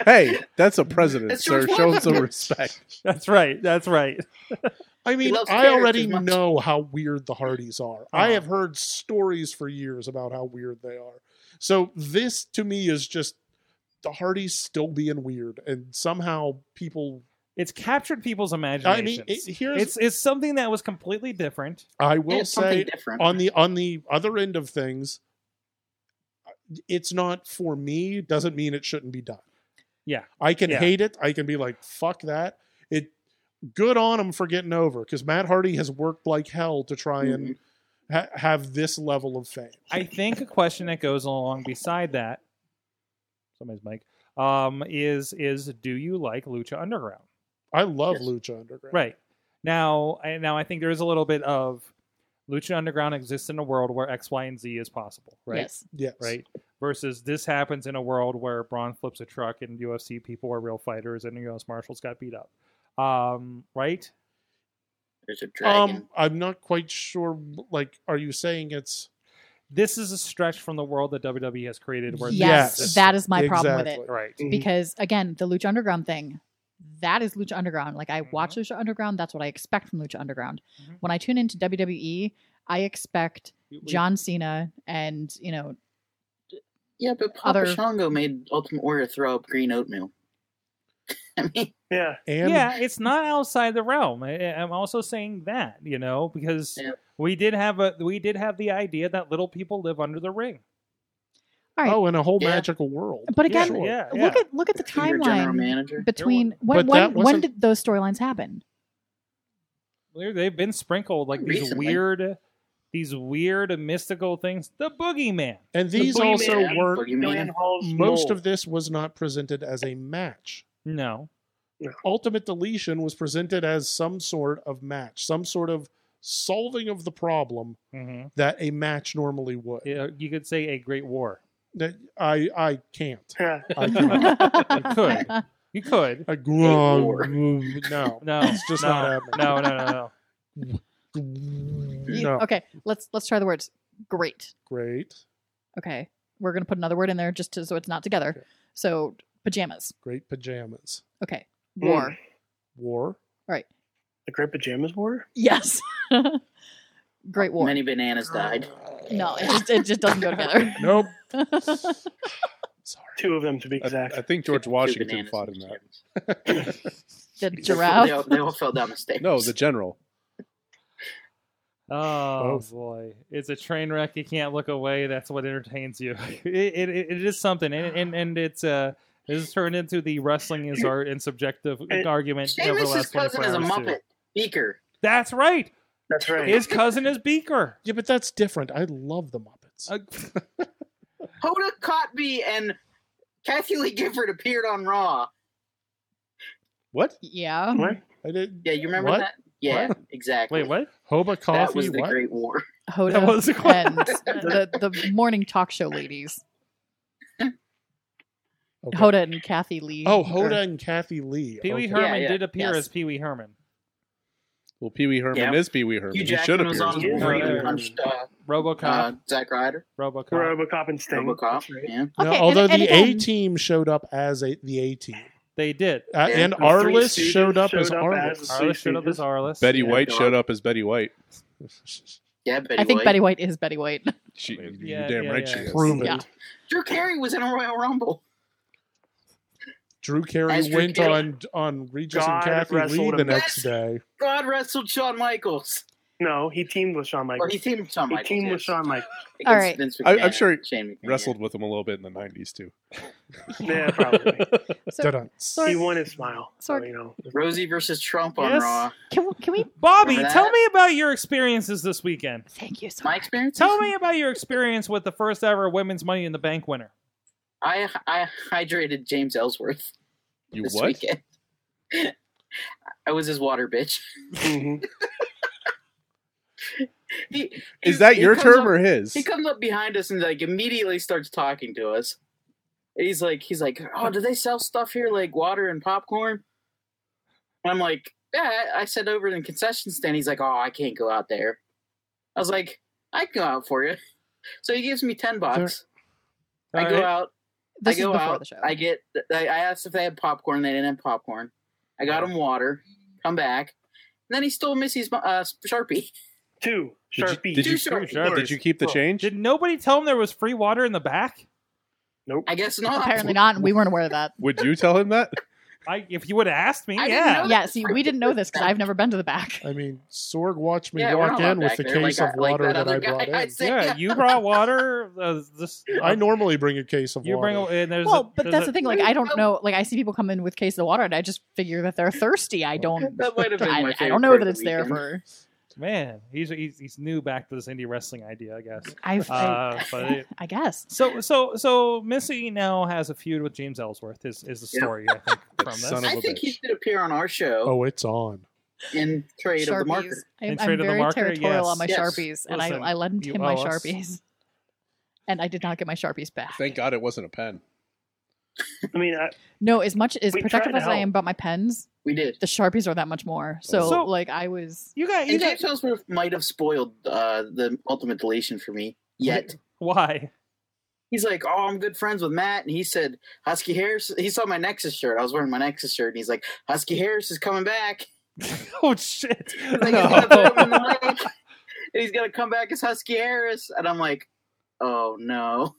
hey, that's a president, That's sir. George Show him Washington. some respect. That's right. That's right. I mean, loves I carrots already as much. Uh-huh. know how weird the Hardys are. I Oh. have heard stories for years about how weird they are. So this to me is just the Hardys still being weird, and somehow people. It's captured people's I imaginations. mean, it, here's it's it's something that was completely different. I will it's say something different. on the on the other end of things, it's not for me. Doesn't mean it shouldn't be done. Yeah. I can Yeah. hate it. I can be like, fuck that. It good on him for getting over because Matt Hardy has worked like hell to try and Mm-hmm. ha- have this level of fame. I think a question that goes along beside that, somebody's mic, um, is is do you like Lucha Underground? I love Yes. Lucha Underground. Right now, I, now I think there is a little bit of Lucha Underground exists in a world where X, Y, and Z is possible, right? Yes. Yes. Right. Versus this happens in a world where Braun flips a truck and UFC people are real fighters and U.S. Marshals got beat up, um, right? There's a dragon. Um, I'm not quite sure. Like, are you saying it's This is a stretch from the world that WWE has created. Where this Yes, exists. that is my problem with Exactly. it. right. Mm-hmm. Because again, the Lucha Underground thing, that is Lucha Underground. Like Mm-hmm. I watch Lucha Underground, that's what I expect from Lucha Underground. Mhm. When I tune into WWE, I expect Mm-hmm. John Cena and you know yeah, but Papa other- Shango made Ultimate Warrior throw up green oatmeal. [LAUGHS] I mean, Yeah. and yeah, it's not outside the realm. I, I- I'm also saying that, you know, because Yeah. we did have a we did have the idea that little people live under the ring. all right. oh, in a whole Yeah. magical world. but again, yeah, yeah, yeah. look at look at the your general timeline manager. between But that when when, when wasn't- did those storylines happen? They're- they've been sprinkled like these Recently. weird, these weird mystical things. The boogeyman. and these Boogeyman. also Yeah, weren't. Boogeyman. Million Hall's Most mole. of this was not presented as a match. No, Ultimate Deletion was presented as some sort of match, some sort of solving of the problem hmm that a match normally would. you could say a great war. That I I can't. Yeah. [LAUGHS] [LAUGHS] I can't. [LAUGHS] You could. I, war. no, [LAUGHS] No, it's just no, not happening. No, no, no, no. You- No. Okay, let's let's try the words. Great. Great. Okay, we're gonna put another word in there just to, so it's not together. Okay. So pajamas. Great pajamas. Okay, Mm. war. War. The Great Pajamas War? Yes. [LAUGHS] Great war. Many bananas died. No, it just it just doesn't go together. [LAUGHS] Nope. Two of them, to be I, exact. I think [SIGHS] George Two Washington bananas fought in and that. pajamas. The They all, giraffe. they all fell down the stairs. [LAUGHS] No, the general. Oh Both. boy, it's a train wreck. You can't look away. That's what entertains you. [LAUGHS] It it, it- it is something, and and, and it's uh. This has turned into the wrestling is art and subjective And argument over the Seamus' last 24 cousin is a hours. too. Muppet. Beaker. That's right. That's right. His cousin is Beaker. Yeah, but that's different. I love the Muppets. Uh, [LAUGHS] Hoda Kotb and Kathy Lee Gifford appeared on Raw. What? [LAUGHS] Yeah. What? I did. Yeah, you remember What? that? Yeah, What? exactly. wait, what? Hoba coffee. That was the what? Great War. Hoda That was a and question. the, the morning talk show ladies. Okay. Hoda and Kathy Lee. Oh, or- Hoda and Kathy Lee. Pee Wee Okay. Herman yeah, did appear yes. as Pee Wee Herman. Well, Pee Wee Herman Yeah. is Pee Wee Herman. Hugh he should Jackman was appear. on as Pee Wee Wolverine and Herman. punched uh, Robocop. uh, Zack Ryder, Robocop. Robocop and Sting. Robocop. That's right. Yeah. No, Okay, and- although and the again- A team showed up as a the A team, they did. uh, Yeah, and The Three Arliss Stooges showed up as showed Arliss. the Arliss Three showed up as Stooges. Arliss. Betty yeah. White dog. showed up as Betty White. Yeah, Betty I think White. Betty White is Betty White. [LAUGHS] She, Yeah, you're damn yeah, right yeah. [LAUGHS] she is. Prove it. Yeah. Drew Carey was in a Royal Rumble. Drew Carey As Drew went Carey. on on Regis God and Kathy wrestled Lee the him. next day. God wrestled Shawn Michaels. No, he teamed with Shawn Or Michaels. he teamed with Shawn He Michaels. teamed with yes. Shawn Michaels. Against All right. Vince I- I'm McMahon, sure he Shane McMahon. Wrestled with him a little bit in the 90s, too. Yeah, probably. So Da-dun. [LAUGHS] he won his smile. So, Sorg. you know. Rosie versus Trump on Yes. Raw. can we, can we Bobby, Remember tell that? me about your experiences this weekend. thank you so My much. experience. [LAUGHS] Tell me about your experience with the first ever women's Money in the Bank winner. I I hydrated James Ellsworth You this what? weekend. [LAUGHS] I was his water bitch. Mhm. He, Is he- that he your comes term up- or his? He comes up behind us and like immediately starts talking to us. He's like, he's like, oh, do they sell stuff here like water and popcorn? And I'm like, yeah. I I said over in the concession stand. He's like, oh, I can't go out there. I was [LAUGHS] like, I can go out for you. So he gives me ten bucks. I All go right. out. This I is go before out. the show. I get. I I asked if they had popcorn. They didn't have popcorn. I got him water. Come back. And then he stole Missy's uh, sharpie. Two Did you, sharpie. did, Two you, sharp did you keep the Bro, change? Oh, Did nobody tell him there was free water in the back? nope. I guess not. Apparently not, and we weren't aware of that. Would you tell him that? I, if you would have asked me, I didn't yeah. know that. Yeah, see, we didn't know this because I've never been to the back. I mean, Sorg watched me Yeah, we're walk not in with back the there like case I- of like water that that, other I guy brought I [LAUGHS] in. said. Yeah, you brought water. Uh, this I normally bring a case of you water. bring and there's a- Well, but there's that's a- the thing. Like, I don't know. Like, I see people come in with cases of water, and I just figure that they're thirsty. I don't. That might have been my I, I favorite don't know part that of the it's there weekend. for. man. He's, he's he's new back to this indie wrestling idea, I guess. I've, [LAUGHS] Uh, but it- I guess. So so so Missy now has a feud with James Ellsworth. Is is the Yeah. story I think from this? Son of I a think he bitch. should appear on our show Oh, it's on. in trade of the Sharpies. marker. I'm, And I'm trade of the very marker, territorial on my yes. Yes. sharpies, and I, Listen, I lent you him my owe us. sharpies, and I did not get my sharpies back. Thank God it wasn't a pen. I mean, I, No, as much as We protective tried to as I am help. about my pens, We did. the sharpies are that much more. So, So- like, I was. You got you And got James Ellsworth might have spoiled uh, the ultimate deletion for me yet. [LAUGHS] why? [LAUGHS] He's like, "Oh, I'm good friends with Matt," and he said, "Husky Harris." He saw my Nexus shirt. I was wearing my Nexus shirt, and he's like, "Husky Harris is coming back." [LAUGHS] oh shit! [LAUGHS] He's like, he's gonna throw him in the lake, and he's gonna come back as Husky Harris. And I'm like, "Oh no!"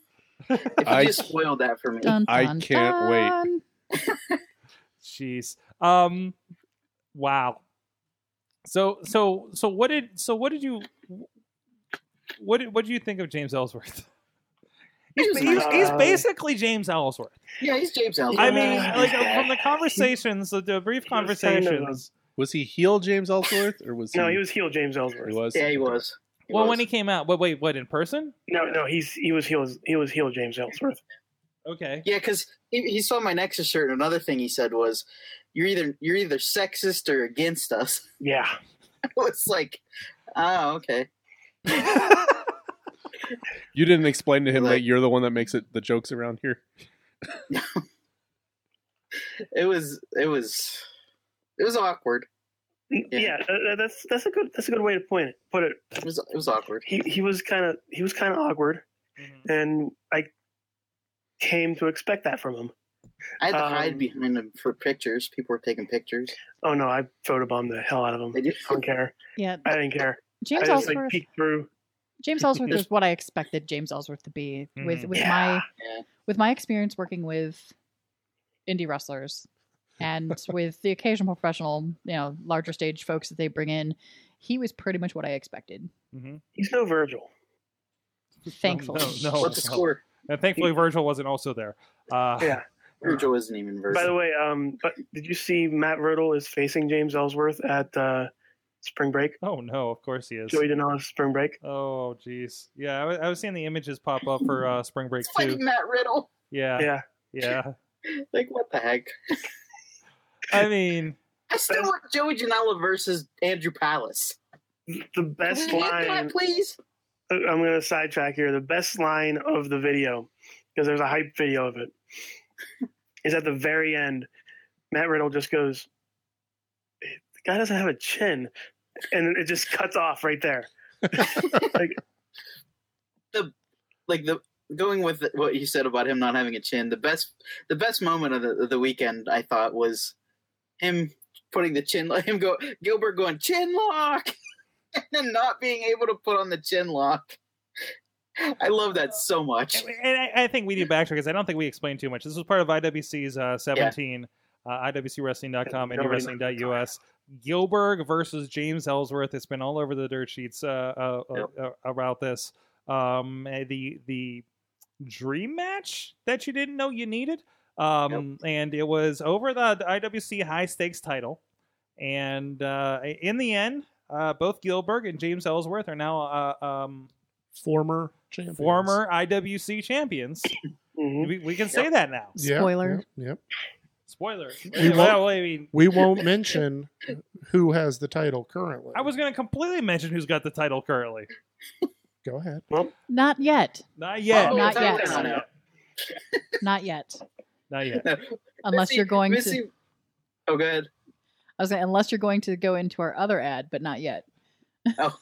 [LAUGHS] If you I- just spoiled that for me, Dun, I dun, can't wait. dun. Jeez. Um. Wow. So so so what did so what did you what did, what did you think of James Ellsworth? He He's, was he's, nice. he's basically James Ellsworth. yeah, he's James Ellsworth. I Yeah. mean, like Yeah. from the conversations, the, the brief He was kind of a- conversations. Was he heel James Ellsworth or was no, he? he was heel James Ellsworth. He was. yeah, he was. He Well, was. when he came out, but wait, what in person? No, no, he's he was heel he was heel James Ellsworth. Okay. Yeah, because he, he saw my Nexus shirt. And another thing he said was, "You're either you're either sexist or against us." [LAUGHS] Yeah, I was like, "Oh, [LAUGHS] okay." You didn't explain to him that Like- you're the one that makes it the jokes around here. It was it was it was awkward. yeah. uh, that's that's a good that's a good way to point it. Put it. It was it was awkward. He he was kind of he was kind of awkward, Mm-hmm. and I came to expect that from him. I had to Um, hide behind him for pictures. People were taking pictures. Oh no, I photobombed the hell out of him. They I just [LAUGHS] don't care. Yeah, I didn't care. James I just Ellsworth. like peeked through. [LAUGHS] James Ellsworth Just- is what I expected James Ellsworth to be with Mhm. with Yeah. my Yeah. with my experience working with indie wrestlers [LAUGHS] and with the occasional professional, you know, larger stage folks that they bring in. He was pretty much what I expected. Mhm. He's no Virgil. Thankfully, No, no. what's the score? And thankfully, Virgil wasn't also there. Uh, Yeah. Virgil isn't even Virgil. By the way, um, but did you see Matt Riddle is facing James Ellsworth at uh, Spring Break? [LAUGHS] Oh no, of course he is. Joey Denala's Spring Break. Oh jeez. Yeah, I, wa- I was seeing the images pop up for uh, Spring Break It's too. fighting Matt Riddle. [LAUGHS] Yeah, Yeah. yeah. Like what the heck? I mean, I still want Joey Janela versus Andrew Palace. The best Can we get that, line. please. I'm going to sidetrack here. The best line of the video, because there's a hype video of it, [LAUGHS] is at the very end. Matt Riddle just goes, "The guy doesn't have a chin," and it just cuts off right there. Like the going with what you said about him not having a chin. The best the best moment of the, of the weekend I thought was him putting the chin [LAUGHS] him go Gilbert going chin lock [LAUGHS] and then not being able to put on the chin lock. I love that so much. and I, I think we need to backtrack because I don't think we explained too much. This was part of IWC's uh, 17, uh, IWCWrestling.com, Nobody knows IndieWrestling.us. Gilbert versus James Ellsworth. It's been all over the dirt sheets uh, uh, Yep. uh, about this. Um, eh, the the dream match that you didn't know you needed. Um, And it was over the, the IWC high stakes title. And uh, in the end, uh, both Gilbert and James Ellsworth are now uh, um, Former champions. former IWC champions. Mhm. We, we can say that now. Yeah, Spoiler. Yep. yep. [LAUGHS] Spoiler. We won't- well, I mean, [LAUGHS] We won't mention who has the title currently. I was going to completely mention who's got the title currently. Go ahead. not yet, Not yet. Oh, Not it's yet. out now. not yet. Not yet. Unless Missy- you're going Missy- to, Oh, go ahead. I was gonna, unless you're going to go into our other ad, but not yet. No,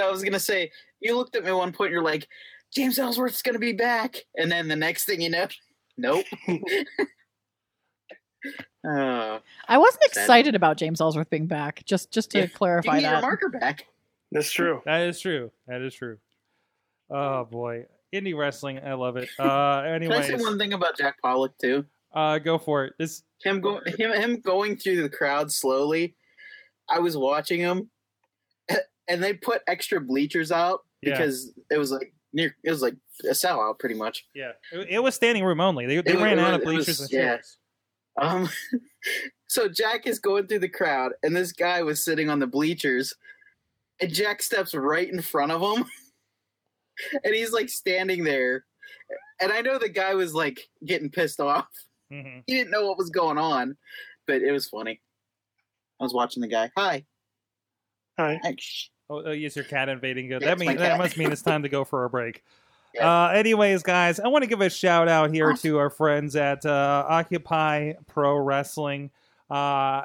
I was gonna say you looked at me at one point. You're like, James Ellsworth's gonna be back, and then the next thing you know, [LAUGHS] [LAUGHS] Nope. uh, I wasn't Sad. excited about James Ellsworth being back. Just just to Yeah. you clarify can get your that. marker back. That's true. That is true. That is true. Oh boy, indie wrestling, I love it. Uh, Can I say anyways, one thing about Jack Pollock too? uh, go for it. This Him going, him, him going through the crowd slowly. I was watching him, [COUGHS] and they put extra bleachers out Yeah. because it was like near, it was like a sellout pretty much. yeah, it, it was standing room only. They, they It wa- ran it out of was- it was- bleachers and yeah. chairs. Um, [LAUGHS] so Jack is going through the crowd, and this guy was sitting on the bleachers, and Jack steps right in front of him, [LAUGHS] and he's like standing there. And I know the guy was like getting pissed off. [LAUGHS] Mhm. He didn't know what was going on, but it was funny. I was watching the guy. Hi. Hi. Hi. Shh. Oh, oh, yes, your cat invading. Go. Yeah, that it's my means that cat. must mean it's time to go for a break. [LAUGHS] Yeah. Uh, anyways, guys, I want to give a shout out here to our friends at uh, Occupy Pro Wrestling. Uh,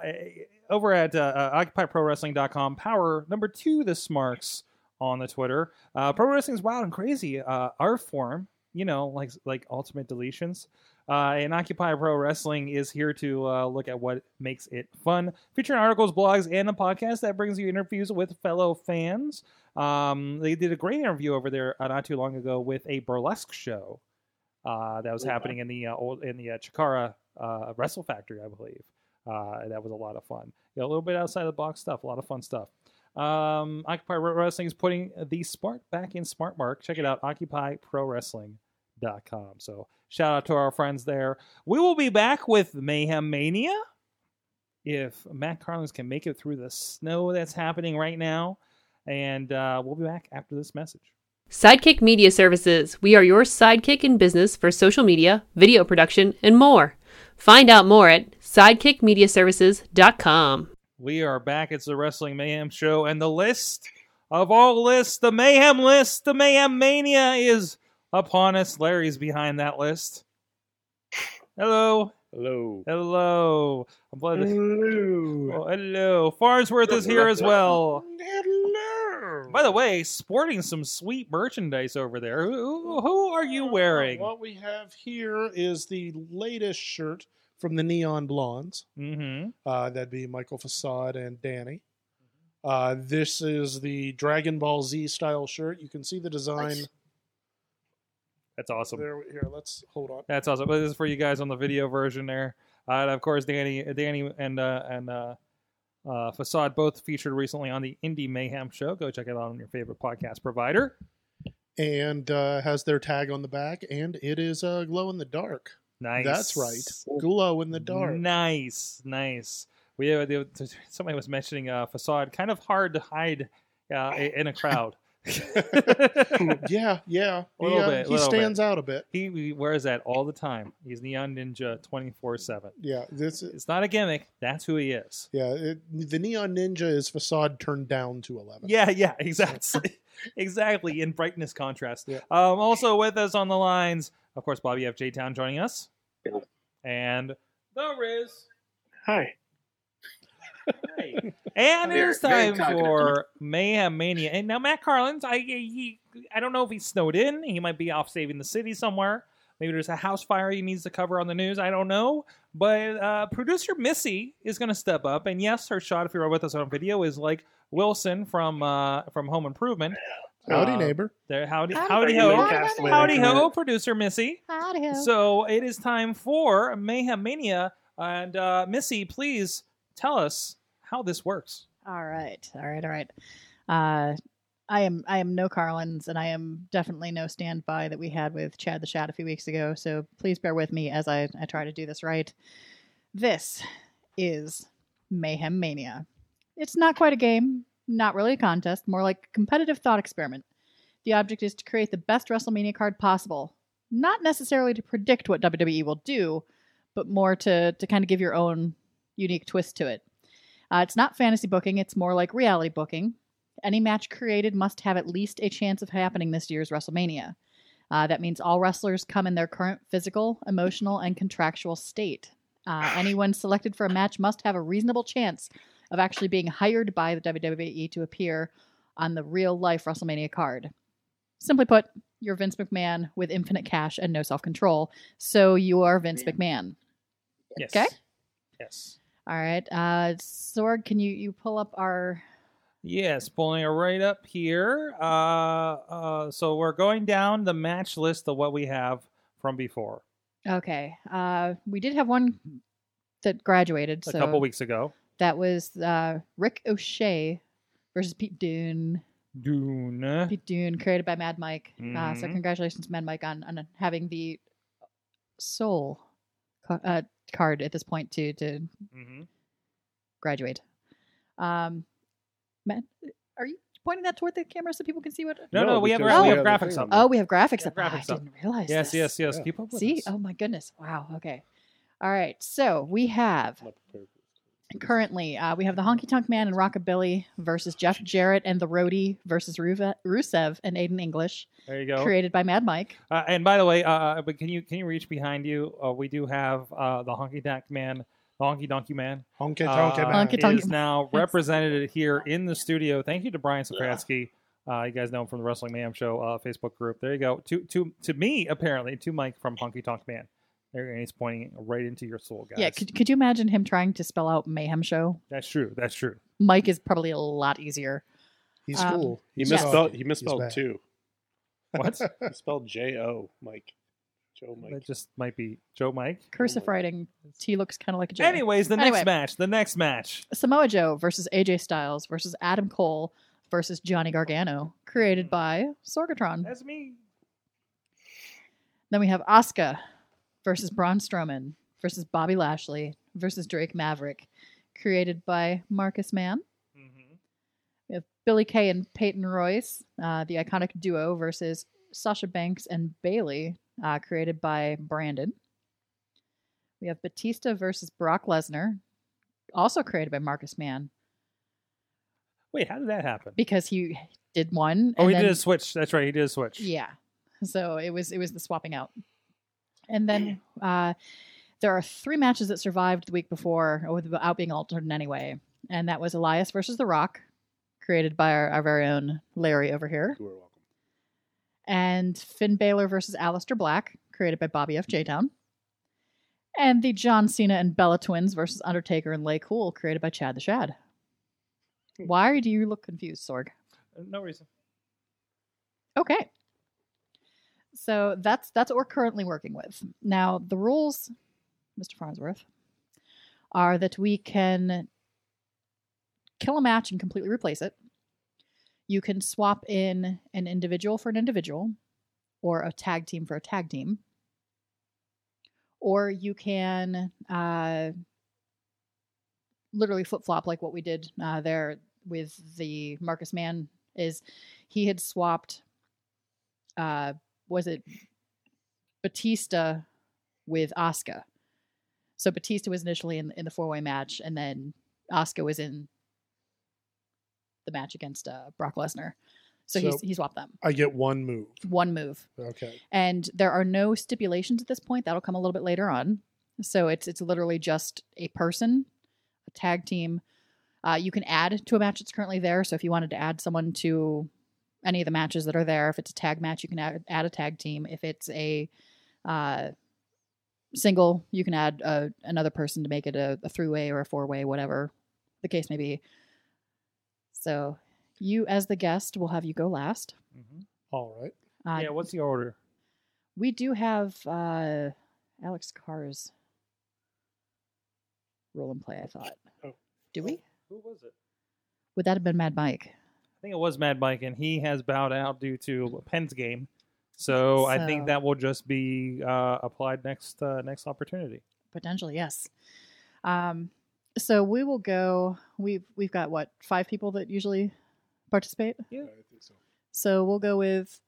over at uh, uh, OccupyProWrestling.com, power number two, the Smarks on the Twitter. Uh, pro wrestling is wild and crazy. Uh, our form, you know, like like ultimate deletions. Uh, and Occupy Pro Wrestling is here to uh, look at what makes it fun, featuring articles, blogs, and a podcast that brings you interviews with fellow fans. Um, they did a great interview over there uh, not too long ago with a burlesque show uh, that was happening in the uh, old in the uh, Chikara uh, Wrestle Factory, I believe. Uh, that was a lot of fun. Yeah, a little bit outside the box stuff, a lot of fun stuff. Um, Occupy Pro Wrestling is putting the spark back in Smart Mark. Check it out, OccupyProWrestling.com. So shout out to our friends there. We will be back with Mayhem Mania if Matt Carlins can make it through the snow that's happening right now. And uh, we'll be back after this message. Sidekick Media Services. We are your sidekick in business for social media, video production, and more. Find out more at sidekickmediaservices.com. We are back. It's the Wrestling Mayhem Show, and the list of all lists, the Mayhem list, the Mayhem Mania is upon us. Larry's behind that list. Hello, Hello. hello. I'm glad. To- Hello. oh, hello. Farnsworth is here as well. [LAUGHS] Hello. By the way, sporting some sweet merchandise over there. Who, who, who are you wearing? What we have here is the latest shirt from the Neon Blondes. Mm-hmm. Uh, that'd be Michael Facade and Danny. Mm-hmm. Uh, this is the Dragon Ball Z style shirt. You can see the design. Nice. That's awesome. There, here, let's hold on. That's awesome. But this is for you guys on the video version there. Uh, and of course, Danny, Danny, and uh, and uh, uh, Facade both featured recently on the Indie Mayhem show. Go check it out on your favorite podcast provider. And uh, has their tag on the back, and it is uh, glow in the dark. Nice. That's right, glow in the dark. Nice, nice. We have the- somebody was mentioning uh, Facade. Kind of hard to hide uh, in a [LAUGHS] crowd. [LAUGHS] Yeah, yeah. Mm. A little yeah, bit, He little bit. stands out a bit. he, he wears that all the time. He's Neon Ninja twenty four seven. Yeah, this. It's not a gimmick. That's who he is. Yeah, it, the Neon Ninja is Facade turned down to eleven. Yeah, yeah, [LAUGHS] exactly. exactly, in brightness contrast. Yeah. Um, also with us on the lines, of course, Bobby F. J. Town joining us. Yeah. And The Riz. Hi. Hey. [LAUGHS] and it Very- is very time cognizant. for Mayhem Mania. And now Matt Carlins, I he, I don't know if he snowed in. He might be off saving the city somewhere. Maybe there's a house fire he needs to cover on the news. I don't know. But uh, producer Missy is going to step up. And yes, her shot, if you're with us on video, is like Wilson from uh, from Home Improvement. Howdy, Uh, neighbor. There, howdy, Howdy, howdy Are you ho, Howdy, Midcast howdy, later? howdy ho, producer Missy. Howdy ho. So it is time for Mayhem Mania, and uh, Missy, please tell us how this works. All right, all right, all right. Uh, I am I am no Carlins, and I am definitely no standby that we had with Chad the Shad a few weeks ago. So please bear with me as I, I try to do this right. This is Mayhem Mania. It's not quite a game, not really a contest, more like a competitive thought experiment. The object is to create the best WrestleMania card possible, not necessarily to predict what WWE will do, but more to to kind of give your own unique twist to it. Uh, it's not fantasy booking, it's more like reality booking. Any match created must have at least a chance of happening this year's WrestleMania. Uh, that means all wrestlers come in their current physical, emotional, and contractual state. Uh, anyone selected for a match must have a reasonable chance of actually being hired E by the WWE to appear on the real life WrestleMania card. Simply put, you're Vince McMahon with infinite cash and no self control. So you are Vince McMahon. Yes. Okay. Yes. All right. Uh, Sorg, can you, you pull up our. Yes, pulling it right up here. Uh, uh, so we're going down the match list of what we have from before Okay. Uh, we did have one that graduated. a so couple weeks ago. That was uh, Rick O'Shea versus Pete [LAUGHS] Dune. Dune. Pete Dune, created by Mad Mike. Uh, so Mhm. congratulations, Mad Mike, on, on having the soul ca- uh, card at this point to to hmm graduate. Um, Matt, are you pointing that toward the camera so people can see what? No, no, No, we have because gra- we we have have the graphics thing. up. Oh, we have graphics Yeah, up. Ah, graphics I up. didn't realize. yes, yes, this. yes. Yeah. Keep up with See? us. Oh my goodness! Wow. Okay. All right. So we have I'm not prepared for this. currently uh, we have the Honky Tonk Man and Rockabilly versus Jeff Jarrett and the Roadie versus Ruva- Rusev and Aiden English, There you go. created by Mad Mike. Uh, and by the way, uh, but can you can you reach behind you? Uh, we do have uh, the honky tonk man, the honky donkey man. Honky tonk uh, Honky tonk- is now represented here in the studio. Thank you to Brian Sokratsky. Uh, you guys know him from the Wrestling Mayhem Show uh, Facebook group. There you go. To to to me apparently to Mike from Honky Tonk Man. There, and he's pointing right into your soul, guys. Yeah. Could, could you imagine him trying to spell out Mayhem Show? that's true. That's [LAUGHS] true. Mike is probably a lot easier. He's Um, cool. He He's misspelled. cocky. He He's misspelled [LAUGHS] bad. too. What? He spelled J O Mike. Joe that Mike. just might be Joe Mike. Cursive writing. He looks kind of like a Joe. Anyways, the next Anyway. match. The next match. Samoa Joe versus AJ Styles versus Adam Cole versus Johnny Gargano, created by Sorgatron. That's me. Then we have Asuka versus Braun Strowman versus Bobby Lashley versus Drake Maverick, created by Marcus Mann. hmm We have Billy Kay and Peyton Royce, uh, the iconic duo, versus Sasha Banks and Bailey, uh, created by Brandon. We have Batista versus Brock Lesnar, also created by Marcus Mann, Wait, how did that happen? because he did one. Oh, and he then- did a switch. That's right. He did a switch. Yeah. So it was it was the swapping out. And [CLEARS THROAT] then uh there are three matches that survived the week before or without being altered in any way. And that was Elias versus The Rock, created by our, our very own Larry over here. You are welcome. And Finn Balor versus Aleister Black, created by Bobby F. J. Town. And the John Cena and Bella twins versus Undertaker and Lay Cool, created by Chad the Shad. Hmm. Why do you look confused, Sorg? No reason. Okay. So that's that's what we're currently working with. Now the rules, Mr. Farnsworth, are that we can kill a match and completely replace it. You can swap in an individual for an individual, or a tag team for a tag team, or you can uh, literally flip flop like what we did uh, there with the Marcus Mann. Is he had swapped uh was it Batista with Asuka. So Batista was initially in, in the four way match and then Asuka was in the match against uh, Brock Lesnar. So, he's, So- he swapped them. I get one move. One move. Okay. And there are no stipulations at this point. That'll come a little bit later on. So it's it's literally just a person, a tag team. Uh, you can add to a match that's currently there. So if you wanted to add someone to any of the matches that are there, if it's a tag match, you can add, add a tag team. If it's a uh, single, you can add uh, another person to make it a, a three way or a four way, whatever the case may be. So you, as the guest, will have you go last. All right. Uh, Mm-hmm. yeah. What's the order? we do have uh Alex Carr's role and play, I thought. Oh. Do we? Who was it? Would that have been Mad Mike? I think it was Mad Mike, and he has bowed out due to Penn's game. So, I So- think that will just be uh, applied next uh, next opportunity. Potentially, yes. Um so we will go we've we've got what, five people that usually participate? Yeah. I think so. So we'll go with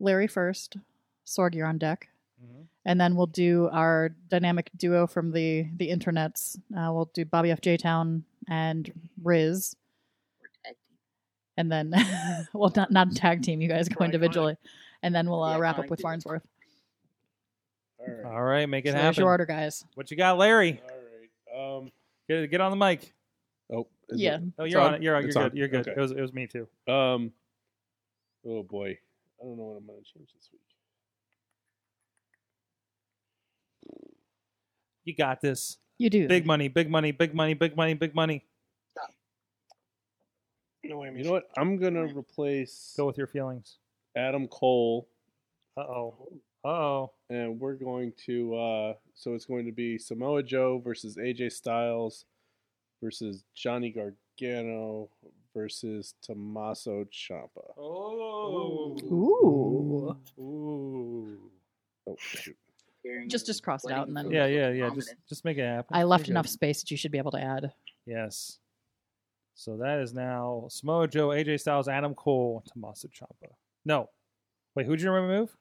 Larry first, Sorg you're on deck. And then we'll do our dynamic duo from the the internets. Uh, we'll do Bobby F. J. Town and Riz. and then [LAUGHS] well not not tag team you guys go Iconic. individually and then we'll uh, The wrap iconic up with duo. farnsworth All right. All right, make it so there's happen. your order guys What you got, Larry? All right. Um. Get, get on the mic. Oh. is yeah it- Oh, It's you're on. on? it. You're on. You're It's good. on. You're good. Okay. It was it was me too. Um. Oh boy. I don't know what I'm going to change this week. You got this. You do. Big money, big money, big money, big money, big money. No way. You know what? I'm going to replace Go with your feelings. Adam Cole, Uh oh. Uh oh. and we're going to. Uh, so it's going to be Samoa Joe versus AJ Styles versus Johnny Gargano versus Tommaso Ciampa. Oh. Ooh. Ooh. Oh, shoot. Hearing Just- just cross it out and then- Yeah, yeah, yeah. Just, Dominant. just make it happen. I left You're enough good. space that you should be able to add. Yes. So that is now Samoa Joe, AJ Styles, Adam Cole, Tommaso Ciampa. No. Wait, who'd you remove?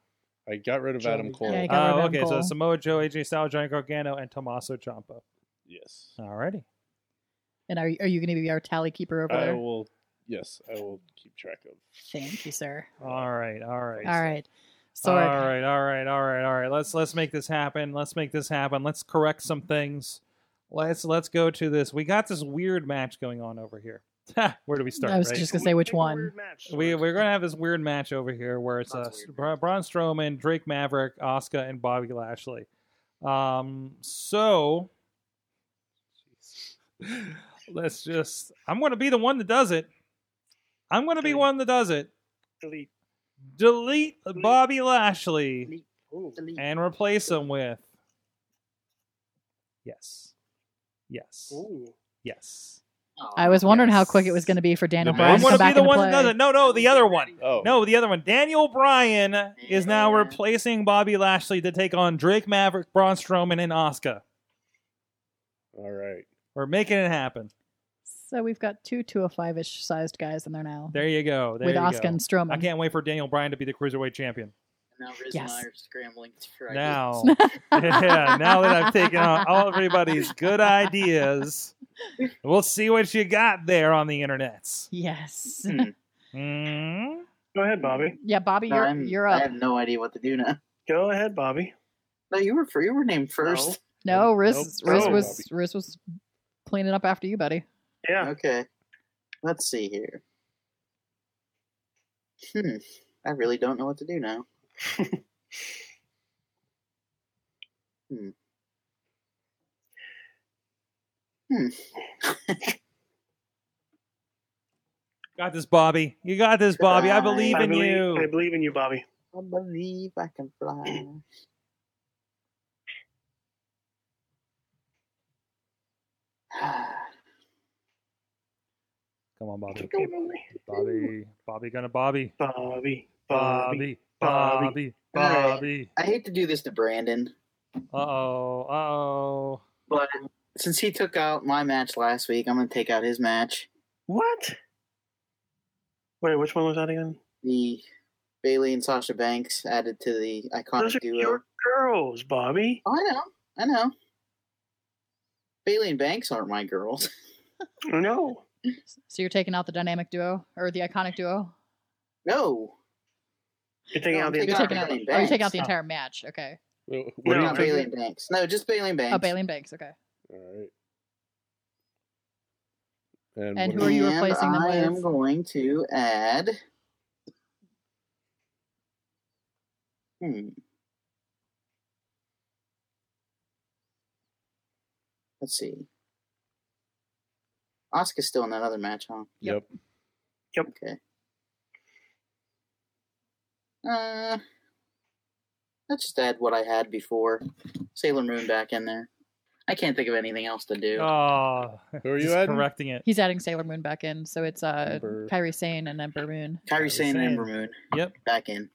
I got rid of Adam Johnny- Cole. Yeah, I got- rid Oh, of okay. Adam So Cole. Samoa Joe, AJ Styles, Johnny Gargano, and Tommaso Ciampa. yes. Alrighty. And are, are you going to be our tally keeper over I there? will. Yes, I will keep track of. Thank you, sir. All right. All right. All right. So all our- right, all right, all right, all right. Let's let's make this happen. Let's make this happen. Let's correct some things. Let's let's go to this. We got this weird match going on over here. [LAUGHS] Ha, Where do we start? I was right? just gonna say which one. we we're gonna have this weird match over here where it's uh, That's weird. Bra- Braun Strowman, Drake Maverick, Oscar, and Bobby Lashley. Um, so [LAUGHS] let's just. I'm gonna be the one that does it. I'm gonna be Delete. one that does it. Delete. Delete Delete. Bobby Lashley Ooh. Delete. and replace them with yes, yes, Ooh. yes. Aw, I was wondering how Yes. quick it was going to be for Daniel The Bryan I'm to match. gonna come be back the into one play. that does it. No, no, the other one. Oh No, the other one. Daniel Bryan is now Yeah. replacing Bobby Lashley to take on Drake Maverick, Braun Strowman, and Oscar. All right. We're making it happen. So we've got two 205 ish sized guys in there now There you go. There with you Asuka go. and I Strowman. can't [LAUGHS] wait for Daniel Bryan to be the cruiserweight [LAUGHS] champion. [LAUGHS] Now Riz and I Yes. are scrambling to try. to- Now, yeah, now that I've taken on all everybody's good ideas, we'll see what you got there on the internet. [LAUGHS] Yes. [LAUGHS] Hmm. Mm. Go ahead, Bobby. yeah, Bobby, No, you're, I'm- you're I up. have no idea what to do now. [LAUGHS] Go ahead, Bobby. No, you were you were named first. No, Riz, Nope. Riz Oh, was Bobby. Riz was cleaning up after you, buddy. Yeah. Okay. Let's see here. Hmm. I really don't know what to do now. hmm. Hmm. Got this, Bobby. You got this, Bobby. I believe Even I in believe, I you. believe in you, Bobby. I believe I can fly. [SIGHS] Come on, Bobby. Okay, Bobby. Bobby. Bobby gonna Bobby. Bobby. Bobby. Bobby. Bobby. Bobby. Bobby. I hate to do this to Brandon, Uh oh. Uh oh. but since he took out my match last week, I'm gonna take out his match. What? Wait, which one was that again? The Bailey and Sasha Banks added to the Those iconic are duo. your girls, Bobby. Oh, I know. I know. Bailey and Banks aren't my girls. [LAUGHS] No. So you're taking out the dynamic duo or the iconic duo? No. You're taking No, out the I'm You're entire taking taking out, out oh, Bailey you're and Banks. taking out the Oh. entire match. Okay. Well, what No, do you Not I'm- think? Bailey and Banks. No, just Bailey and Banks. Oh, Bailey and Banks. Okay. All right. And, And what who are is- you And replacing them I am with? going to add. Hmm. Let's see. Oscar's still in that other match, huh? Yep. Okay. Uh, let's just add what I had before. Sailor Moon back in there. I can't think of anything else to do. Oh. Who are you Just adding? correcting it? He's adding Sailor Moon back in, so it's uh Ember. Kyrie Sane and Ember Moon. Kyrie Sane and Sane. Ember Moon Yep. back in.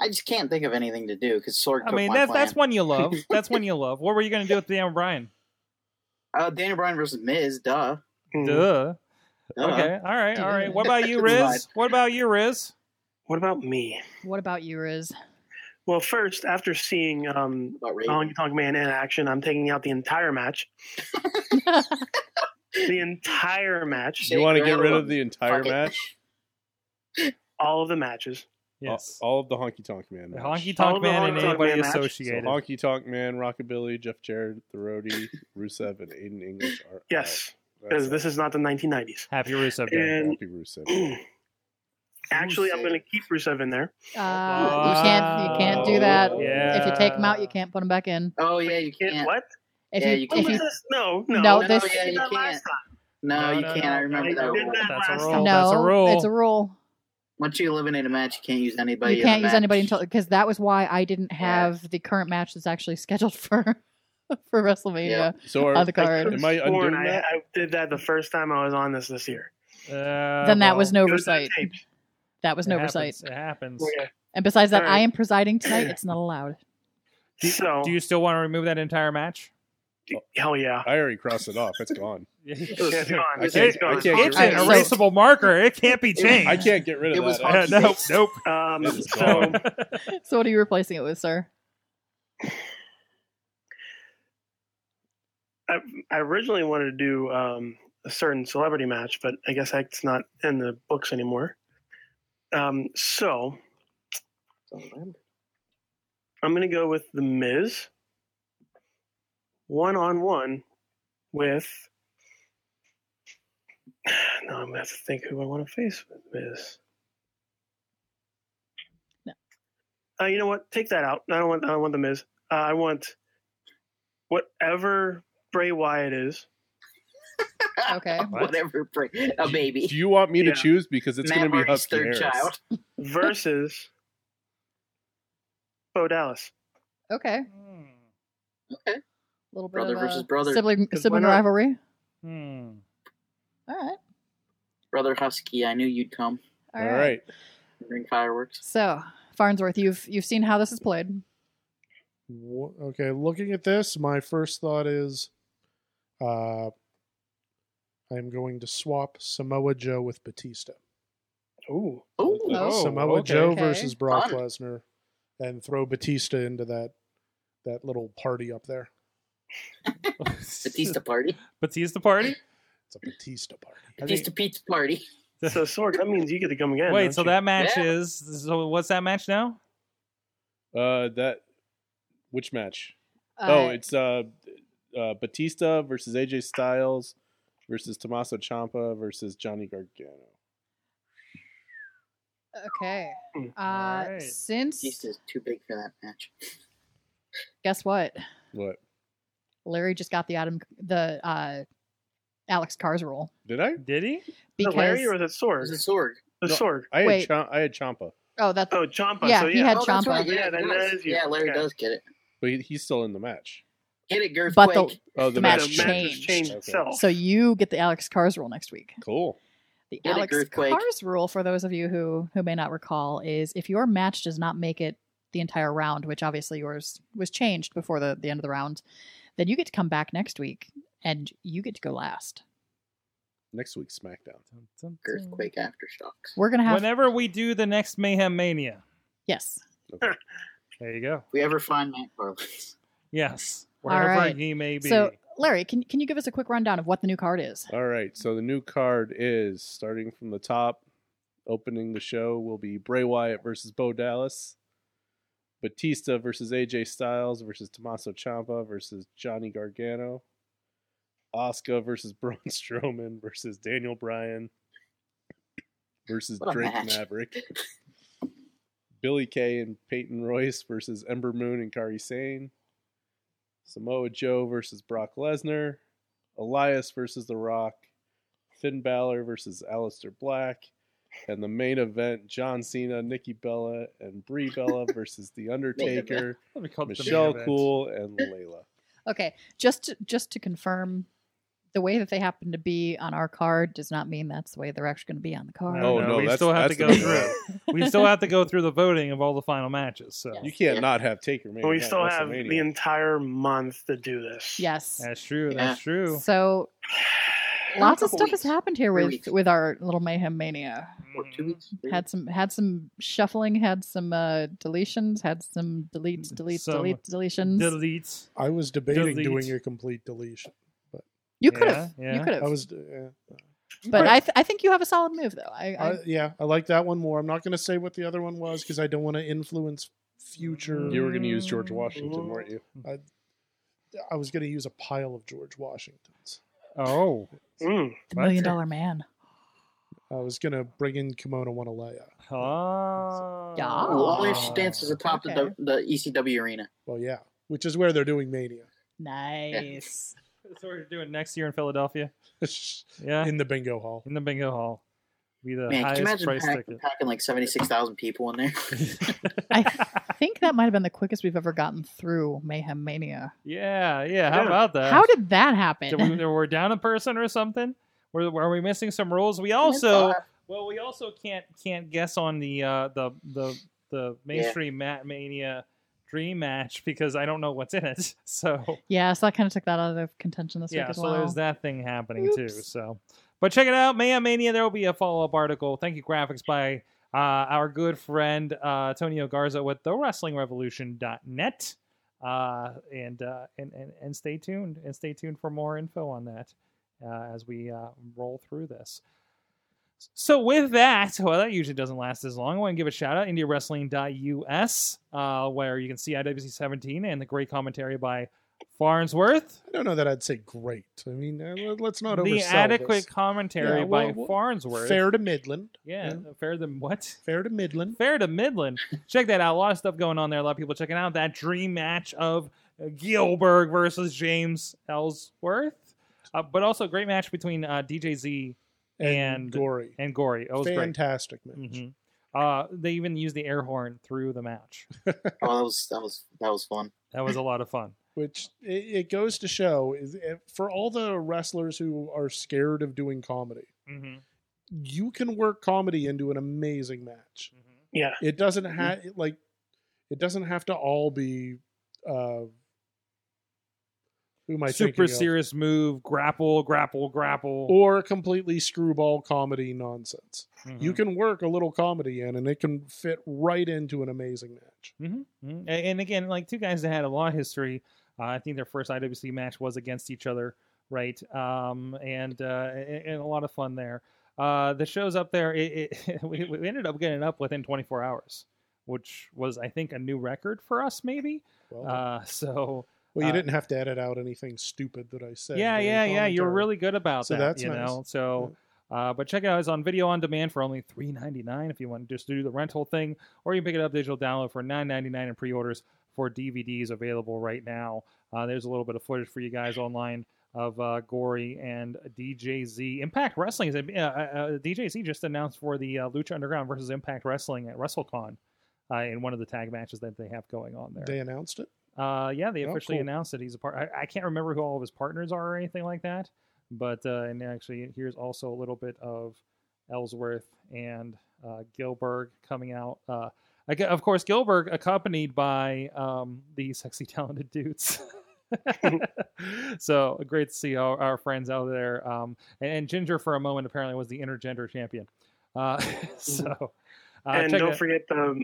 I just can't think of anything to do because Sorg. I took mean, my that's plan. that's one you [LAUGHS] love. That's one you love. What were you gonna do with Daniel Bryan? Uh, Daniel Bryan versus Miz. Duh. Hmm. Duh. Duh. Okay. All right. All right. What about you, Right. Riz? What about you, Riz? What about me? What about you, Riz? Uh, Well, first, after seeing um, About Raven. Long Tongue Man in action, I'm taking out the entire [LAUGHS] match. The entire match. Shake You want to your get head rid up. of the entire Fuck it. match? All of the matches. All- Yes. All, of the honky tonk man. The Match. Honky All Tonk the Man Honky and Tonk anybody Man match. So associated. honky tonk man, rockabilly, Jeff Jarrett, the roadie, Rusev, and Aiden English are. Yes, [CLEARS THROAT] out. That's because this is not the 1990s. Happy Rusev Day. And happy Rusev. Actually, I'm Rusev. going to keep Rusev in there. Uh, you can't you can't do that. Oh, Yeah. If you take them out, you can't put them back in. Oh yeah, you Can't- can't. What? If Yeah, you, you What if was you this? No, no. No, I this- did Yeah, you that last can't. time. No, No, you no, can't. no. I remember I that did rule. that That's a last rule. time. No. that's a rule. It's a rule. Once you eliminate a match, you can't use anybody. in you the can't use match. anybody until because that was why I didn't have the current match that's actually [LAUGHS] scheduled for for WrestleMania So are, on the I card. could've Am I sworn undoing I, that? I did that the first time I was on this this year. Uh, then that well, was an It was on oversight. tape. That was it an happens, oversight. It happens. Okay. And besides that, I Alright. am presiding tonight. It's not allowed. [LAUGHS] Do, So- do you still want to remove that entire match? Hell yeah. I already crossed it off. It's gone. Yeah, it's gone. I can't- It's gone. I can't It's an Alright, so- erasable marker. It can't be changed. [LAUGHS] I can't get rid It of was that. Uh, nope, nope. Um, It's [LAUGHS] so gone. So what are you replacing it with, sir? I, I originally wanted to do um, a certain celebrity match, but I guess that's not in the books anymore. Um, so I'm going to go with The Miz one on one with. [SIGHS] No, I'm going to have to think who I want to face with Miz. No. Uh, you know what? Take that out. I don't want. I don't want the Miz. Uh, I want whatever Bray Wyatt is. Okay. [LAUGHS] [LAUGHS] Whatever. Break. A baby. Do you want me Yeah. to choose? Because it's Matt going to be Hardy's Husky third Harris. child. versus [LAUGHS] Bo Dallas. Okay. A Hmm. little bit Brother of versus a brother. sibling why sibling not? rivalry. Hmm. Oh. [LAUGHS] All right. Brother Husky, I knew you'd come. All right. All right. Bring fireworks. So Farnsworth, you've you've seen how this is played. Wha- Okay, looking at this, my first thought is uh, I'm going to swap Samoa Joe with Batista. Ooh. Ooh. Oh, Samoa okay. Joe Okay. versus Brock Fun. Lesnar and throw Batista into that that little party up there. [LAUGHS] Batista party. Batista party. It's a Batista party. Batista pizza party. So Sorg, that means you get to come again. Wait, don't so you? that match Yeah. is. So what's that match now? Uh, that which match? oh, Uh, it's uh, uh, Batista versus AJ Styles versus Tommaso Ciampa versus Johnny Gargano. okay. Hmm. Uh, Alright. Since Batista's too big for that match. guess what, What Larry just got the Adam the uh, Alex Cars rule did I? Did he? Is because it Larry or is it Sorg? There's a sword. The No. Sorg. I had Wait. Cha- I had Ciampa, oh that's Oh, Champa. Yeah, so yeah. he had- Oh, that's Ciampa. right. Yeah, Yeah, that- it that does. is you. yeah, Larry Okay. does get it. but he, he's still in the match. Get it, Girth But the- Oh, the, The But match the match has changed. changed Okay. itself. so you get the Alex Cars rule next week. Cool. The Get it, Alex Girthquake. Cars rule, for those of you who who may not recall, is if your match does not make it the entire round, which obviously yours was changed before the, the end of the round, then you get to come back next week and you get to go last. Next week's SmackDown. Earthquake aftershocks. We're gonna have Whenever we do the next Mayhem Mania. yes. There you go. If we ever find Matt Harley. Yes. All Wherever right. he may be. So Larry, can can you give us a quick rundown of what the new card is? All right. So the new card is starting from the top. Opening the show will be Bray Wyatt versus Bo Dallas, Batista versus AJ Styles versus Tommaso Ciampa versus Johnny Gargano, Oscar versus [LAUGHS] Braun Strowman versus Daniel Bryan versus What a Drake match. Maverick, Billy Kay and Peyton Royce versus Ember Moon and Kari Sane, Samoa Joe versus Brock Lesnar, Elias versus The Rock, Finn Balor versus Aleister Black, and the main event John Cena, Nikki Bella, and Brie [LAUGHS] Bella versus The Undertaker, Let me call it the main Michelle event. Cool, and Layla. Okay, just to, just to confirm, the way that they happen to be on our card does not mean that's the way they're actually going to be on the card. Oh, Oh, no, no, we that's- still have to that's go the- through. we still have to go through the voting of all the final matches. So You can't not have Taker. And we still have the entire month to do [LAUGHS] this. Yes. that's true. Yeah. That's true. So [LAUGHS] lots of Couple stuff has weeks. happened here Three with weeks. with our little mayhem mania. What, two weeks? Three Had some had some shuffling, had some uh deletions, had some deletes, deletes, Some delete deletions. Deletes. I was debating Delete. doing a complete deletion. you could have, Yeah, yeah. you could I have. was, yeah. But I, th- I think you have a solid move though. I, I, I, yeah, I like that one more. I'm not going to say what the other one was because I don't want to influence future. Mm. You were going to use George Washington, weren't you? I was going to use a pile of George Washingtons. Oh, [SIGHS] Mm. the Butter. million dollar man. I was gonna bring in Kimono Wanalea. Oh. Yeah. Ooh, all their stances atop Okay. the, the ECW arena. Well, yeah, which is where they're doing Mania [LAUGHS] Nice. [LAUGHS] That's what we're doing next year in Philadelphia. Yeah. in the bingo hall. in the bingo hall. Be the Man, can you highest imagine price pack, ticket. packing like seventy six thousand people in there? [LAUGHS] I think that might have been the quickest we've ever gotten through Mayhem Mania. yeah, yeah. How Yeah. about that? How did that Did happen? we, we're down a person or something? Were, are we missing some rules? We also well, we also can't can't guess on the uh, the the the mainstream Mat Mania dream match because I don't know what's in it. [LAUGHS] So [LAUGHS] yeah, so that kind of took that out of contention this week yeah, as so well. there's that thing happening too. Oops. So, but check it out, Mayhem Mania. There will be a follow up article. Thank you, graphics by uh, our good friend uh, Tonio Garza with the Wrestling Revolution.net. Uh, and, uh, and and and stay tuned and stay tuned for more info on that uh, as we uh, roll through this. So with that, well, that usually doesn't last as long. I want to give a shout out IndiaWrestling.us, uh, where you can see IWC 17 and the great commentary by Farnsworth I don't know that I'd say great. I mean, uh, let's not the oversell adequate this. commentary Yeah, by well, well, Farnsworth. Fair to Midland. yeah, fair to what? [LAUGHS] Fair to Midland. Fair to Midland. Check that out. A lot of stuff going on there. A lot of people checking out that dream match of uh, Gilbert versus James Ellsworth, uh, but also a great match between uh, DJZ And- gory. and Gory. It was great. Fantastic match. Mhm. Uh, they even used the air horn through the match. [LAUGHS] Oh, that was that was that was fun. That was a lot of fun. Which it, it goes to show is eh, for all the wrestlers who are scared of doing comedy, Mm-hmm. you can work comedy into an amazing match. Yeah. It doesn't Mm-hmm. have like it doesn't have to all be. Uh, who am I thinking Super of? serious move, grapple, grapple, grapple. or completely screwball comedy nonsense. Mm-hmm. You can work a little comedy in, and it can fit right into an amazing match. hmm And, and again, like two guys that had a lot of history. Uh, I think their first IWC match was against each other, right? Um, and, uh, and and a lot of fun there. Uh, the show's up there. It, it, [LAUGHS] we, we ended up getting up within 24 hours, which was, I think, a new record for us, maybe. Well, Uh, [LAUGHS] so well, you uh, didn't have to edit out anything stupid that I said. yeah, during yeah, yeah. You're commentary. really good about So that. that's you nice. know. So, uh, but check it out. It's on video on demand for only $3.99 if you want to just do the rental thing, or you can pick it up digital download for $9.99 in pre-orders for DVDs available right now. Uh, there's a little bit of footage for you guys online of uh, Gory and DJZ. Impact Wrestling is uh, uh, uh, DJZ just announced for the uh, Lucha Underground versus Impact Wrestling at WrestleCon. Uh, in one of the tag matches that they have going on there. They announced it. Uh, yeah, they Oh, officially cool. announced that he's a part. I, I can't remember who all of his partners are or anything like that. But uh, and actually, here's also a little bit of Ellsworth and uh, Gilbert coming out. Uh, aga of course, Gilbert accompanied by um, the sexy talented [LAUGHS] dudes. [LAUGHS] so great to see our, our friends out there. Um, and, and Ginger, for a moment, apparently was the intergender champion. Uh, [LAUGHS] Mm-hmm. so uh, and check don't it- forget um,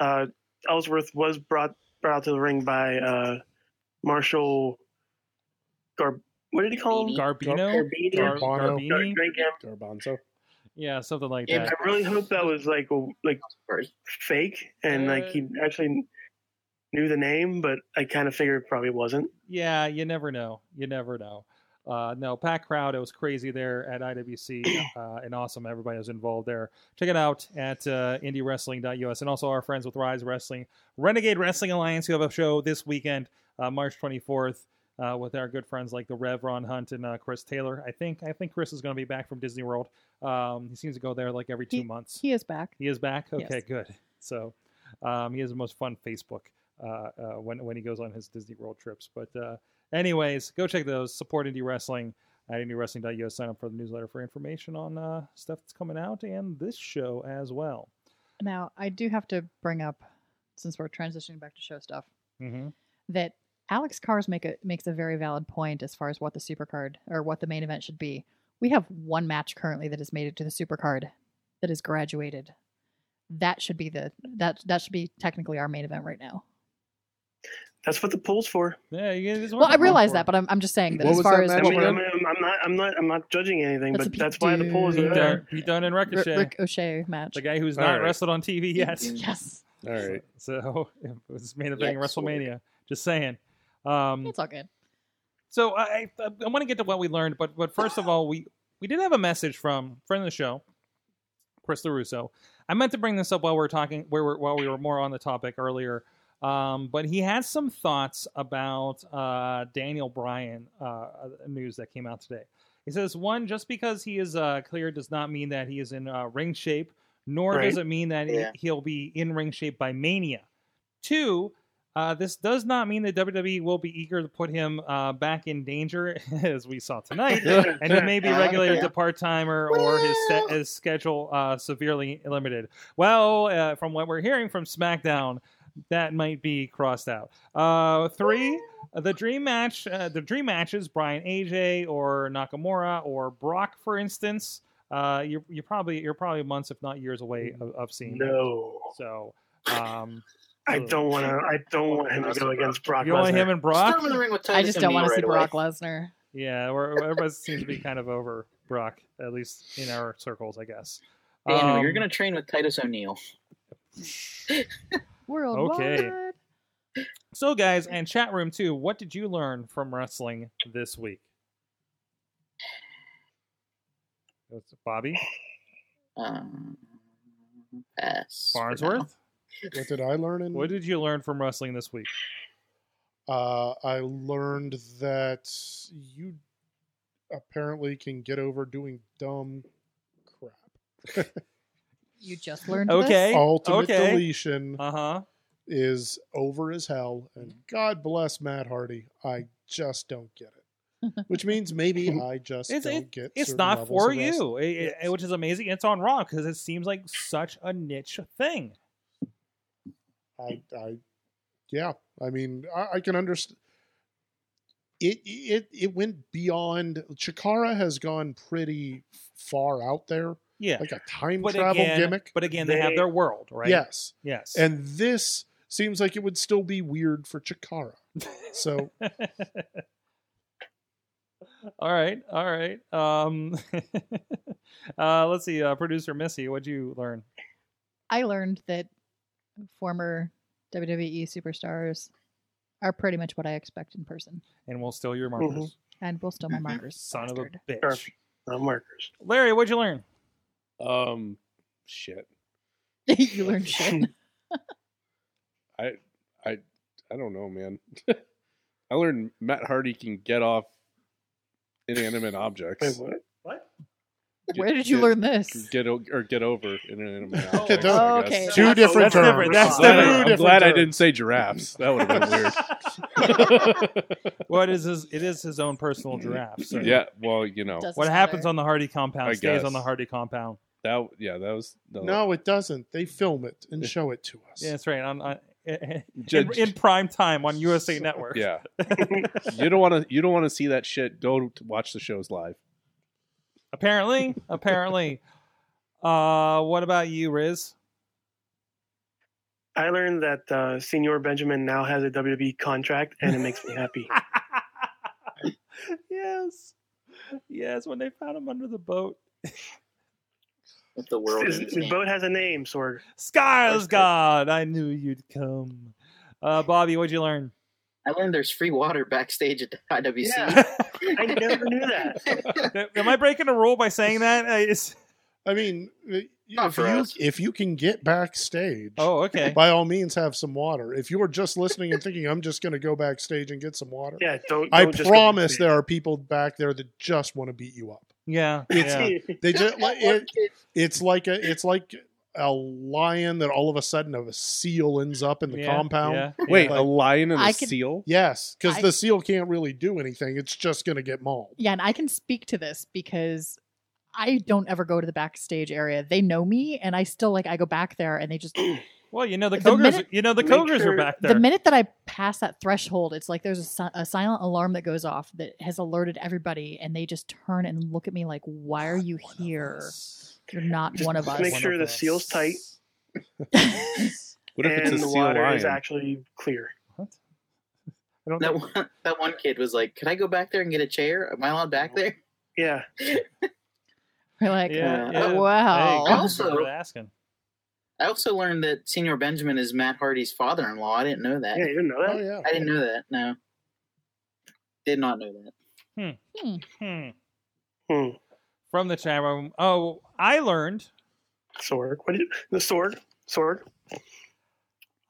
uh, Ellsworth was brought brought out to the ring by uh, Marshall Gar. What did he call him? Garbino, Garbino? Gar- Garbano. Garbini? Thank you. Garbanzo. yeah, something like Yeah, that. I really hope that was like a- like Sorry. fake and like he actually knew the name, but I kind of figured it probably wasn't. yeah, you never know. You never know. Uh, no, packed crowd. It was crazy there at IWC uh, and awesome. Everybody was involved there. Check it out at uh, indiewrestling.us and also our friends with Rise Wrestling, Renegade Wrestling Alliance, who have a show this weekend, uh, March 24th, uh, with our good friends like the Rev Ron Hunt and uh, Chris Taylor. I think I think Chris is going to be back from Disney World. Um, he seems to go there like every two months. He is back. He is back. Okay, Yes. good. So um, he has the most fun Facebook uh, uh, when when he goes on his Disney World trips. But uh, anyways, go check those. Support indie wrestling at indiewrestling.us. Sign up for the newsletter for information on uh, stuff that's coming out and this show as well. Now, I do have to bring up, since we're transitioning back to show stuff, Mm-hmm. that Alex Cars make a, makes a very valid point as far as what the supercard or what the main event should be. We have one match currently that has made it to the supercard that has graduated. That should be the that that should be technically our main event right now. That's what the pool's for. Yeah, you guys- Well, I realize that, but I'm, I'm just saying that What as was far that as I match what mean, we're- I'm, I'm not, I'm not, I'm not judging anything, That's a but that's why the pool is dude. Pete there. Dunne, Pete Dunne and Ri- Ricochet, Rick O'Shea match. the guy who's All not right. wrestled on TV yet. Yes, All right. [LAUGHS] So it was made a thing in Yes, Lord. WrestleMania. Just saying. Um, it's all good. So I I, I want to get to what we learned, but but first of all, we we did have a message from friend of the show, Chris Larusso. I meant to bring this up while we are talking, where we're, while we were more on the topic earlier. Um, but he had some thoughts about uh, Daniel Bryan uh, news that came out today. He says one, just because he is uh, clear does not mean that he is in uh, ring shape, nor does Right. it mean that Yeah. he'll be in ring shape by Mania. Two, uh, this does not mean that WWE will be eager to put him uh, back in danger, [LAUGHS] as we saw tonight, and he may be [LAUGHS] Yeah, regulated yeah. to part timer or his, se- Well. his schedule uh, severely limited. Well, uh, from what we're hearing from SmackDown, that might be crossed out. Uh, three, the dream match, uh, the dream matches, Brian AJ or Nakamura or Brock, for instance. Uh, you're, you're probably you're probably months, if not years, Mm. away of, of seeing. that. No, So, um, I don't want to. I don't want him to go against Brock. you want Lesnar. him and Just Brock? throw him in the ring with Titus I just don't want to see Brock Lesnar. Yeah, we're, everybody seems to be kind of over Brock, at least in our circles, I guess. Daniel, you're Um, gonna train with Titus O'Neil. Worldwide. Okay. So, guys, and chat room too. What did you learn from wrestling this week? That's Bobby Um, pass for now. Farnsworth. What did I learn in? What did you learn from wrestling this week? uh, I learned that you apparently can get over doing dumb crap. You just learned. Okay. This? Ultimate okay. deletion Uh mm-hmm. huh. is over as hell, and God bless Matt Hardy. I just don't get it. Which means maybe I just It's- don't get. It's certain not levels for of wrestling. you, it- it- Yes. which is amazing. It's on Raw because it seems like such a niche thing. I, I, yeah. I mean, I, I can understand. It it it went beyond. Chikara has gone pretty far out there, Yeah. like a time but travel again, gimmick. but again, they, have They- their world, right? Yes, Yes. and this seems like it would still be weird [LAUGHS] for Chikara. So [LAUGHS] all right, all right. Um, [LAUGHS] uh, let's see, uh, producer Missy, what'd you learn? I learned that former WWE superstars are pretty much what I expect in person, And we'll steal your markers, and will still my Mhm. markers. son of bastard. a bitch. Sure. No markers. Larry, what'd you learn? Um, shit. [LAUGHS] you [LAUGHS] learned shit. I, I, I don't know, man. [LAUGHS] I learned Matt Hardy can get off inanimate [LAUGHS] Wait, objects. what? Where did you Get- learn this? Get o- or get over inanimate Oh, objects. Oh, I guess. okay. two That's- different that's different, terms. that's I'm glad, I, different. I'm glad I didn't say giraffes. That would have been weird. [LAUGHS] well, it is his, it is his own personal giraffe. So Yeah, well, you know Doesn't What matter. happens on the Hardy compound I stays guess. on the Hardy compound. that. Yeah, that was no, it doesn't. They film it and show it to us. Yeah, that's right. On, [LAUGHS] on in, Judge- in prime time on USA Network. Yeah, [LAUGHS] you don't want to. You don't want to see that shit. Go to watch the shows live. [LAUGHS] apparently, apparently. Uh, what about you, Riz? I learned that uh, Senior Benjamin now has a WWE contract, and it makes me happy. yes. Yes, when they found him under the boat. With the [LAUGHS] world. His, in his his hand. boat has a name, Sorg. Skarsgård, I knew you'd come. Uh, Bobby, what'd you learn? I learned there's free water backstage at the [LAUGHS] IWC. Yeah. I never knew that. [LAUGHS] Am I breaking a rule by saying that? I- it's- I mean, if Not for you, us. if you can get backstage, Oh, okay. by all means, have some water. If you are just listening and thinking, I'm just going to go backstage and get some water, Yeah, don't. I don't just go promise to there are people back there that just want to beat you up. [LAUGHS] Yeah. yeah. sleep. They just like it, kid. it's like a it's like a lion that all of a sudden a seal ends up in the Yeah, compound. yeah, Wait, yeah. a lion and a I could- seal? Yes, because I- the seal can't really do anything. It's just going to get mauled. Yeah, and I can speak to this because I don't ever go to the backstage area. They know me, and I still like I go back there, and they just Well, you know the The Kogers. minute- you know the Make Kogers are sure- back there. the minute that I pass that threshold, it's like there's a, si- a silent alarm that goes off that has alerted everybody, and they just turn and look at me like, "Why are you here? You're not Just one of us." Make sure the seal's tight What if it's a and the seal water is lion? actually clear. I don't That know. one, that one kid was like, "Can I go back there and get a chair? Am I allowed back there?" Yeah, [LAUGHS] We're like, Yeah, "Uh, yeah. "Wow." Hey, Also- worth asking. I also learned that Senior Benjamin is Matt Hardy's father-in-law. I didn't know that. yeah, you didn't know Oh that. yeah, I didn't know that. No, did not know that. Hmm. Hmm. From the chat room. Oh, I learned Sorg. What did you, the Sorg? Sorg.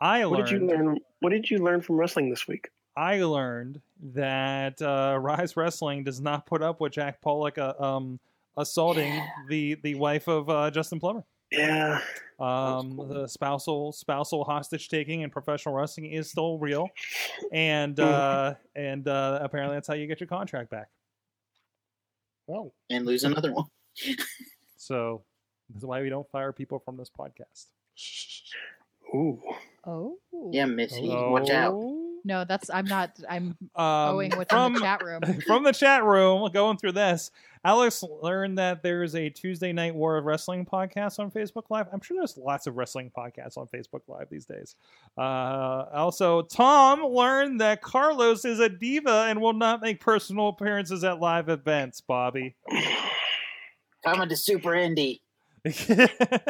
I What learned. did you learn? What did you learn from wrestling this week? I learned that uh, Rise Wrestling does not put up with Jack Pollock uh, um, assaulting Yeah. the the wife of uh, Justin Plummer. Yeah. Um, the spousal spousal hostage taking in professional wrestling is still real, and uh, and uh, apparently that's how you get your contract back. Oh, and lose another one. So that's why we don't fire people from this podcast. Ooh. Oh. Yeah, Missy, watch out. No, that's I'm not. I'm Um, owing what's in from the chat room. [LAUGHS] from the chat room, going through this, Alex learned that there is a Tuesday Night War of Wrestling podcast on Facebook Live. I'm sure there's lots of wrestling podcasts on Facebook Live these days. Uh, also, Tom learned that Carlos is a diva and will not make personal appearances at live events, Bobby. [LAUGHS] Coming to Super Indy. there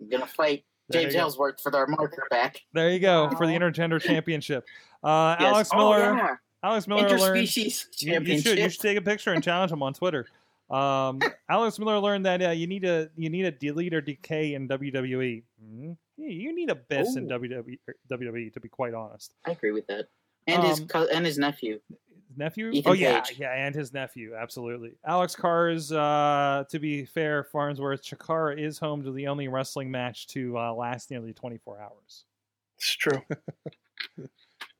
I'm gonna fight There James you go. Ellsworth for their marker back. you go for the Intergender Championship. Uh, Alex Miller. Alex Oh, Miller yeah. learned. Interspecies You, you championship. should you should take a picture and challenge him on Twitter. [LAUGHS] Um, Alex Miller learned that uh, you need a you need a delete or decay in WWE. Mhm. Yeah, You need a best in E, Ooh. WWE, or WWE to be quite honest. I agree with that. And his Um, co- and his nephew. His nephew? Ethan oh yeah, Page. yeah, and his nephew, absolutely. Alex Carr's uh, to be fair, Farnsworth Chikara is home to the only wrestling match to uh, last nearly 24 hours. It's true.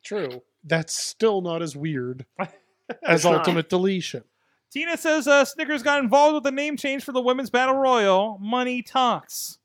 true. That's still not [LAUGHS] as weird It's as not. Ultimate Deletion. Tina says uh, Snickers got involved with the name change for the women's battle royal. Money talks.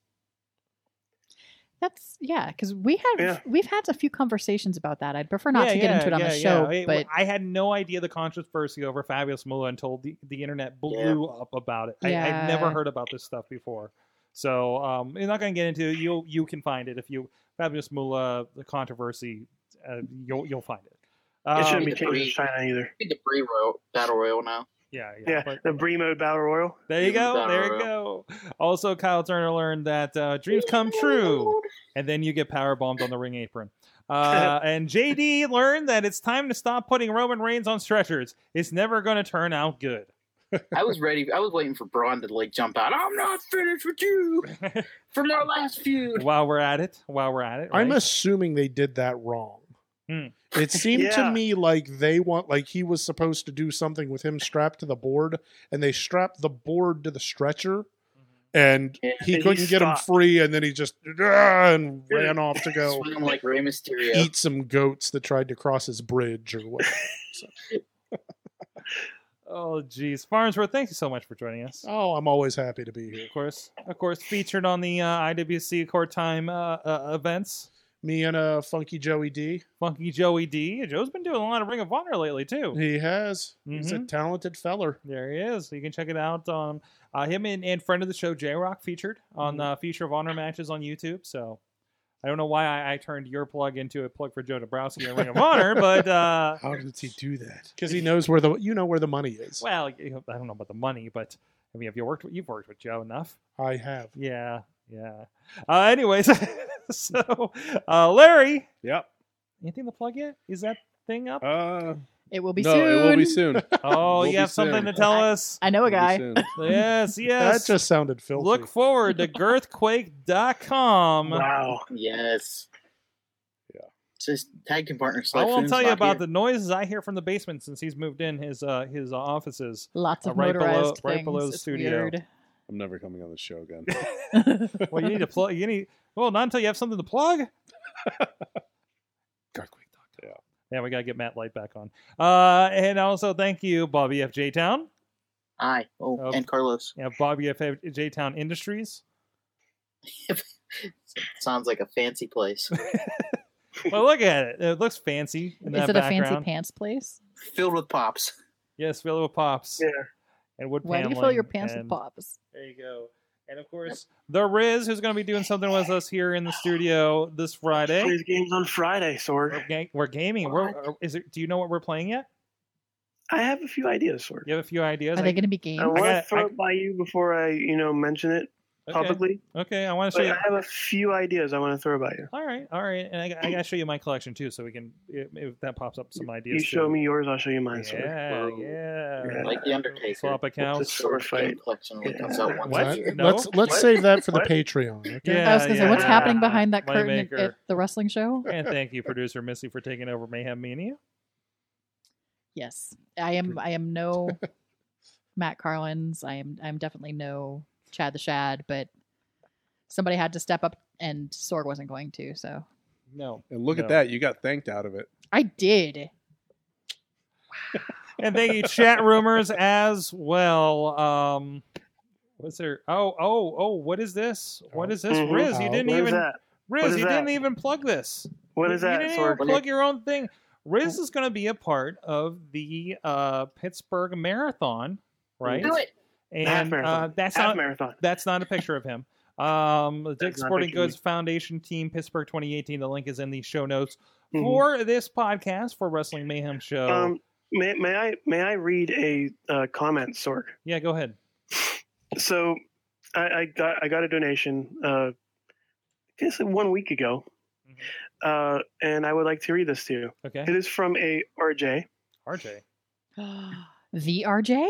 That's yeah, because we have Yeah. we've had a few conversations about that. I'd prefer not Yeah, to get yeah, into it on the yeah, show, yeah. It- but I had no idea the controversy over Fabulous Moolah until the, the internet blew up about it. I, I've never Yeah. heard about this stuff before, so um, you're not going to get into it. You you can find it if you Fabulous Moolah the controversy. Uh, you'll you'll find it. Um, it shouldn't be the changed breed. to China either. Be the Brie Royal battle royal now. Yeah, yeah. Yeah. but- The Brie mode battle royal. there you go. Battle There you go. Royale. Also, Kyle Turner learned that uh, dreams come true. and then you get power bombed on the ring apron. Uh, and JD learned that it's time to stop putting Roman Reigns on stretchers. It's never going to turn out good. I was ready. I was waiting for Braun to like jump out. I'm not finished [LAUGHS] with you from our last feud. while we're at it, while we're at it, I'm right? assuming they did that wrong. Hmm. [LAUGHS] It seemed Yeah. to me like they want, like he was supposed to do something with him strapped to the board, and they strapped the board to the stretcher, Mm-hmm. and Yeah. he And he couldn't get him stopped. free, and then he just "Ah," and [LAUGHS] ran off to go Swing him like Rey Mysterio. eat some goats that tried to cross his bridge or [LAUGHS] what. oh, geez, Farnsworth, thank you so much for joining us. oh, I'm always happy to be here. Of course, of course, featured on the uh, IWC Court Time uh, uh, events. Me and uh, Funky Joey D. Funky Joey D. Joe's been doing a lot of Ring of Honor lately too. He has. He's a Mhm. talented feller. There he is. You can check it out on uh, him and, and friend of the show J Rock featured Mm-hmm. on uh, Future of Honor matches on YouTube. So I don't know why I, I turned your plug into a plug for Joe Dabrowski and Ring of [LAUGHS] Honor, but uh, How does he do that? Because he knows where the you know where the money is. well, you know, I don't know about the money, but I mean, have you worked? With, you've worked with Joe enough. I have. Yeah, yeah. Uh, anyways, [LAUGHS] so uh, Larry, Yep. anything to plug yet? Is that thing up? Uh, it will be no, soon. it will be soon. [LAUGHS] oh, We'll you be have something to soon. tell us? I know a It'll be guy. soon. Yes, yes. That just sounded filthy. Look forward [LAUGHS] to girthquake.com. Wow. Yes. Yeah. Just tag team partner. I won't tell you about the noises I hear from the basement since he's moved in his uh, his uh, offices. Lots Uh, of right below- motorized things. right below the It's studio. weird. I'm never coming on the [LAUGHS] show again. Well, you need to plug. You need well, not until you have something to plug. Yeah. Yeah, we gotta get Matt Light back on. Uh, and also thank you, Bobby F J Town. I oh, Oh. and Carlos. Yeah, Bobby F J Town Industries. Sounds like a [LAUGHS] fancy place Well, look at it. It looks fancy in Is that it a background. fancy pants place? filled with pops. Yes, fill it with pops. Yeah. And wood Why do you fill paneling your pants with and- pops? There you go. And of course, the Riz, who's going to be doing something with us here in the studio this Friday. Plays games on Friday, Sorg. We're, ga- we're gaming. We're, uh, is it? Do you know what we're playing yet? I have a few ideas, Sorg. You have a few ideas. Are I- they going to be I games? got- want gotta- to throw I- it by you before I, you know, mention it. Okay. publicly. Okay. I want to But show you. I have a few ideas I want to throw by you. All right. All right. And I, I gotta show you my collection too, so we can if, if that pops up some ideas. You show too. me yours, I'll show you mine. sir. Yeah. Whoa. Yeah. Yeah. Like The Undertaker. Swap It's a accounts. sword fight. collection only comes out once What? a year. No. Let's let's What? save that for the What? Patreon. Okay? Yeah. I was gonna say, what's yeah. happening behind that curtain at, Moneymaker. at the wrestling [LAUGHS] show? And thank you, producer Missy, for taking over Mayhem Mania. Yes, I am. I am [LAUGHS] no Matt Carlins. I am. I'm definitely no Chad the Shad. But somebody had to step up, and Sorg wasn't going to. So No. And look No. at that, you got thanked out of it. I [GASPS] did. and thank you, chat rumors as well. Um, what's there? Oh, oh, oh! What is this? What is this, Mhm. Riz? You Oh, didn't What is even that? Riz. is You didn't that? even plug this. What You- is You that? didn't Sword even Sorg? plug your own thing. Riz is going to be a part of the uh, Pittsburgh Marathon, right? Do it. half And uh, marathon. that's half not marathon. that's not a picture of him. Um, the Dick That's not a Sporting picture of Goods Foundation Team Pittsburgh 2018. The link is in the show notes Mhm. for this podcast for Wrestling Mayhem Show. Um, may, may I may I read a uh, comment, Sorg? yeah, go ahead. So, I, I got I got a donation. Uh, I guess one week ago, Mhm. uh, and I would like to read this to you. Okay, It is from a RJ. RJ. the RJ.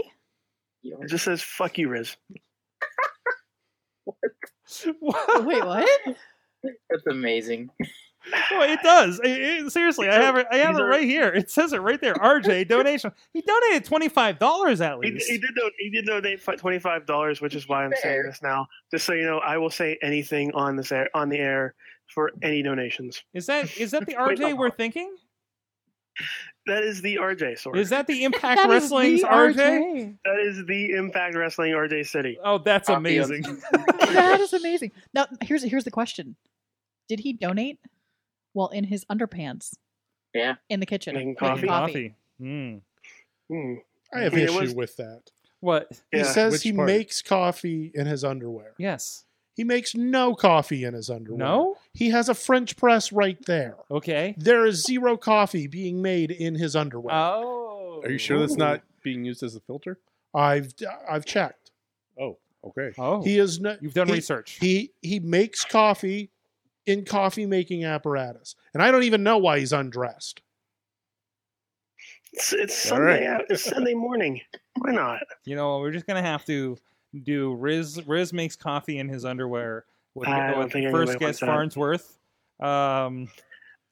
It just says "fuck you, Riz." Wow. Wait, what? That's amazing. [LAUGHS] Well, it does. It- it- seriously, I have it. I have it These are- right here. It says it right there. RJ donation. He donated twenty five dollars at [SIGHS] He, he least. did though. He did donate twenty five dollars, which is why I'm saying Fair. this now. Just so you know, I will say anything on this air on the air for any donations. Is that is that the Wait, RJ no. we're thinking? That is the RJ Sorg. Is that the Impact [LAUGHS] That is the Wrestling's RJ? that is the Impact Wrestling RJ City. Oh, that's Copy of- amazing. that is amazing. Now here's here's the question: Did he donate while in his underpants? Yeah. in the kitchen Making Coffee. Coffee. Mm. Hmm. I have I mean, it issue was- with that. What? He Yeah. says Which he part? makes coffee in his underwear. Yes. He makes no coffee in his underwear. No. He has a French press right there. Okay. There is zero coffee being made in his underwear. Oh. Are you sure that's not being used as a filter? I've I've checked. Oh, okay. Oh. He is no, You've done he- research. He he makes coffee in coffee making apparatus, and I don't even know why he's undressed. It's, it's All Sunday. out- It's Sunday morning. Why not? you know, we're just gonna have to do Riz. Riz makes coffee in his underwear with, I don't with think anybody first guest wants that. Farnsworth. Um,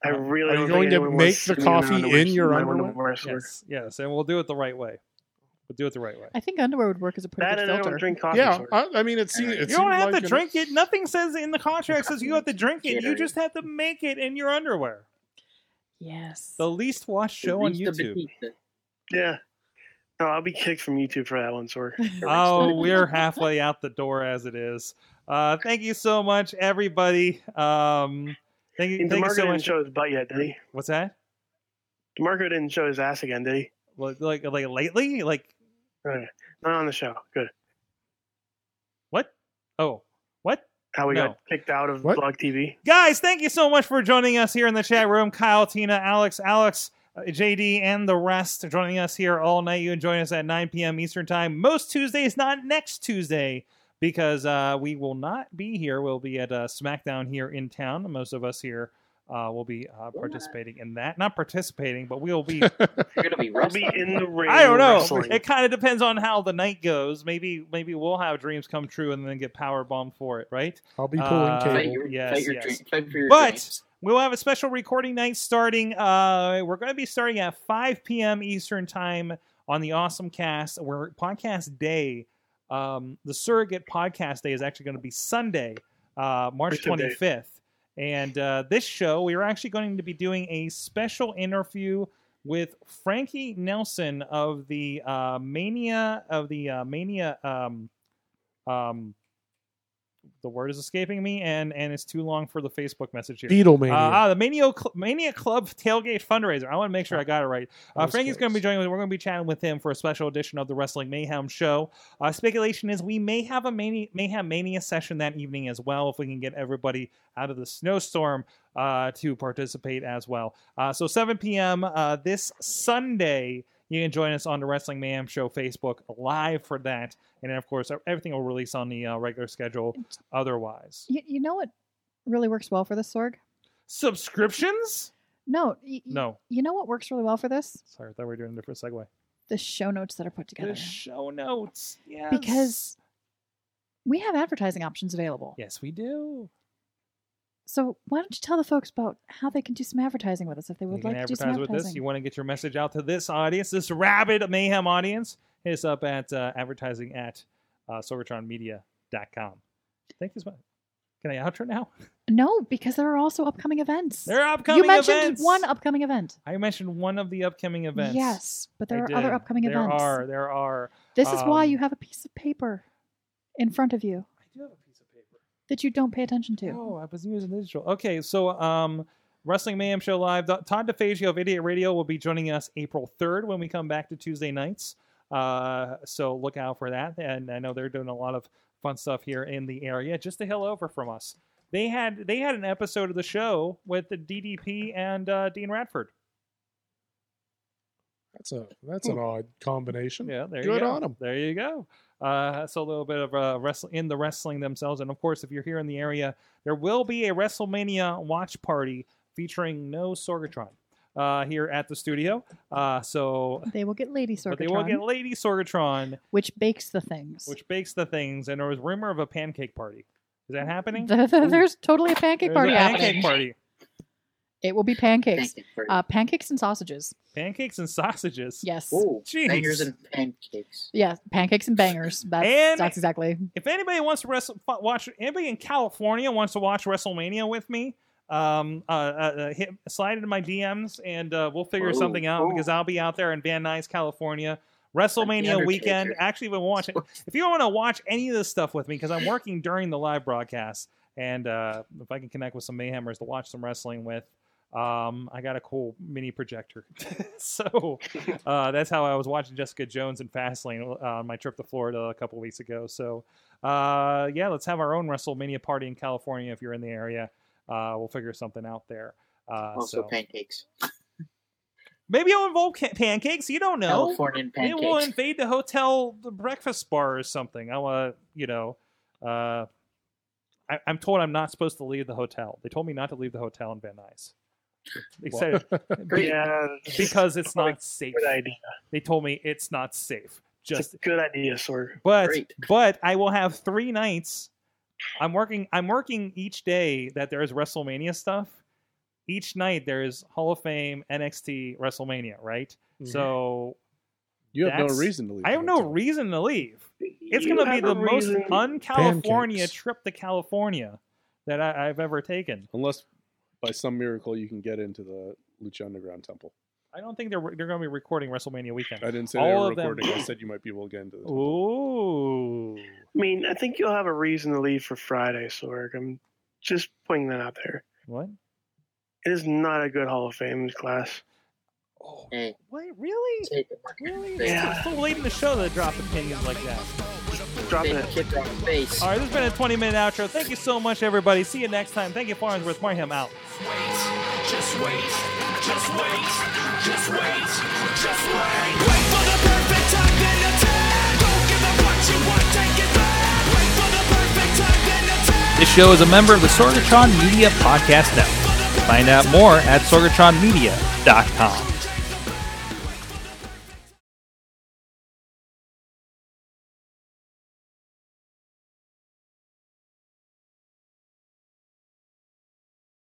I Uh, really are you don't going think to anyone make wants the me in their coffee underwear. in your My underwear? is worse. yes, yes, and we'll do it the right way. We'll do it the right way. I think underwear would work as a pretty That good and I don't filter. drink coffee. yeah, Sorg. I, I mean it's it's You don't have to drink it. Nothing says in the contract says you have to drink it. You Jerry. just have to make it in your underwear. Yes. The least watched show on YouTube. yeah. No, I'll be kicked from YouTube for that one, Sorg. [LAUGHS] Oh, we're halfway out the door as it is. Uh, thank you so much, everybody. Um, thank you, thank you DeMarco so didn't much. show his butt yet, did he? What's that? DeMarco didn't show his ass again, did he? Like, like, like lately? Like Okay. Not on the show. Good. what? Oh, what? How we No. got kicked out of What? Blog TV. guys thank you so much for joining us here in the chat room kyle tina alex alex uh, jd and the rest joining us here all night you can join us at 9 p.m eastern time most tuesdays not next tuesday because uh, we will not be here we'll be at uh, smackdown here in town most of us here uh, will be uh, participating in that not participating but we'll be You're gonna be We'll be wrestling. in the ring. I don't know. wrestling. It kind of depends on how the night goes. Maybe maybe we'll have dreams come true and then get power bomb for it, right? I'll be pulling Uh, Fight cable. your, Yes, fight your yes. dream- fight for your But- dreams. We'll have a special recording night starting. Uh, we're going to be starting at 5 p.m. Eastern time on the Awesome Cast. Where podcast day, um, the surrogate podcast day is actually going to be Sunday, uh, March Christian day. 25th. And uh, this show, we are actually going to be doing a special interview with Frankie Nelson of the uh, Mania of the uh, Mania. Um, um, the word is escaping me, and and it's too long for the Facebook message here. Beatlemania. Uh, ah, the Mania, Cl- Mania Club tailgate fundraiser. I want to make sure I got it right. Uh, That was Frankie's close. going to be joining us. We're going to be chatting with him for a special edition of the Wrestling Mayhem show. Uh, speculation is we may have a Mani- Mayhem Mania session that evening as well if we can get everybody out of the snowstorm uh, to participate as well. Uh, so 7 p.m. Uh, this Sunday. You can join us on the Wrestling Mayhem Show Facebook live for that. And then, of course, everything will release on the uh, regular schedule otherwise. You, you know what really works well for this, Sorg? Subscriptions? No, y- y- No. You know what works really well for this? Sorry, I thought we were doing a different segue. The show notes that are put together. The show notes. Yes. Because- we have advertising options available. Yes, we do. So why don't you tell the folks about how they can do some advertising with us if they would you like can to do advertise some advertising? with this. You want to get your message out to this audience, this rabid mayhem audience. Hit us up at uh, advertising at uh, sorgatronmedia.com. Thank you so much. Can I outro [LAUGHS] now? No, because there are also upcoming events. There are upcoming you mentioned events. one upcoming event. I mentioned one of the upcoming events. Yes, but there I are did. other upcoming there events. are. There are. This is why Um, you have a piece of paper in front of you I do have a piece of paper. that you don't pay attention to. Oh, I was using digital. Okay, so um, Wrestling Mayhem Show Live. Todd DeFazio of Idiot Radio will be joining us April 3rd when we come back to Tuesday nights. Uh, so look out for that. And I know they're doing a lot of fun stuff here in the area, just a hill over from us. They had they had an episode of the show with the DDP and uh, Dean Radford. That's a that's an odd combination. Yeah, there you Good go. on 'em. There you go. Uh, so a little bit of uh, wrestling in the wrestling themselves, and of course, if you're here in the area, there will be a WrestleMania watch party featuring no Sorgatron uh, here at the studio. Uh, so, They will get Lady but they will Sorgatron, get Lady Sorgatron, which bakes the things. which bakes the things, and there was rumor of a pancake party. Is that happening? Th- th- There's totally a Mm, pancake There's party a happening. pancake party. It will be pancakes. Pancake party. Uh, pancakes and sausages. Pancakes and sausages. Yes. Ooh, jeez. bangers and pancakes. Yeah, pancakes and bangers. That's, And- that's exactly. if anybody wants to wrestle, fu- watch anybody in California wants to watch WrestleMania with me, um, uh, uh, uh, hit, slide into my DMs and uh, we'll figure Ooh, something out ooh. because I'll be out there in Van Nuys, California, WrestleMania Undertaker. weekend. Actually, we'll watch it. If you want to watch any of this stuff with me, because I'm working during the live broadcast, and uh, if I can connect with some mayhemers to watch some wrestling with. Um, I got a cool mini projector, [LAUGHS] so uh, that's how I was watching Jessica Jones and Fastlane uh, on my trip to Florida a couple weeks ago. So uh, yeah, let's have our own WrestleMania party in California if you're in the area. Uh, we'll figure something out there. Uh, Also so pancakes. maybe it'll involve ca- pancakes. You don't know. Californian Maybe we'll pancakes. invade the hotel the breakfast bar or something. I want you know. Uh, I, I'm told I'm not supposed to leave the hotel. They told me not to leave the hotel in Van Nuys. They said [LAUGHS] Great. Yeah, because it's not safe. good idea. They told me it's not safe. It's Just a good idea, sort. but Great. but I will have three nights. I'm working. I'm working each day that there is WrestleMania stuff. Each night there is Hall of Fame, NXT, WrestleMania. Right. Hmm. Mm-hmm. So You have That's- no reason to leave. I the have no hotel. reason to leave. It's You going to be have the a most reason- un-California Pancakes. trip to California that I, I've ever taken. unless by some miracle you can get into the Lucha Underground Temple. I don't think they're they're going to be recording WrestleMania weekend. I didn't say All they were of them- recording. I said you might be able to [CLEARS THROAT] get into the. temple. Ooh. I mean, I think you'll have a reason to leave for Friday, Sorg. I'm just putting that out there. What? It is not a good Hall of Fame class. Oh, Hey, what? Really? take- Really? Yeah. It's so late in the show that drop opinions like that. Drop take it. a kick on the face. All right, this has been a 20 minute outro. Thank you so much, everybody. See you next time. Thank you, Farnsworth. Marham out. wait, just wait, just wait, just wait, just wait. Wait for the perfect time, then attack. Don't give up what you want, take it back. Wait for the perfect time, then attack. This show is a member of the Sorgatron Media Podcast Network. Find out more at sorgatronmedia.com.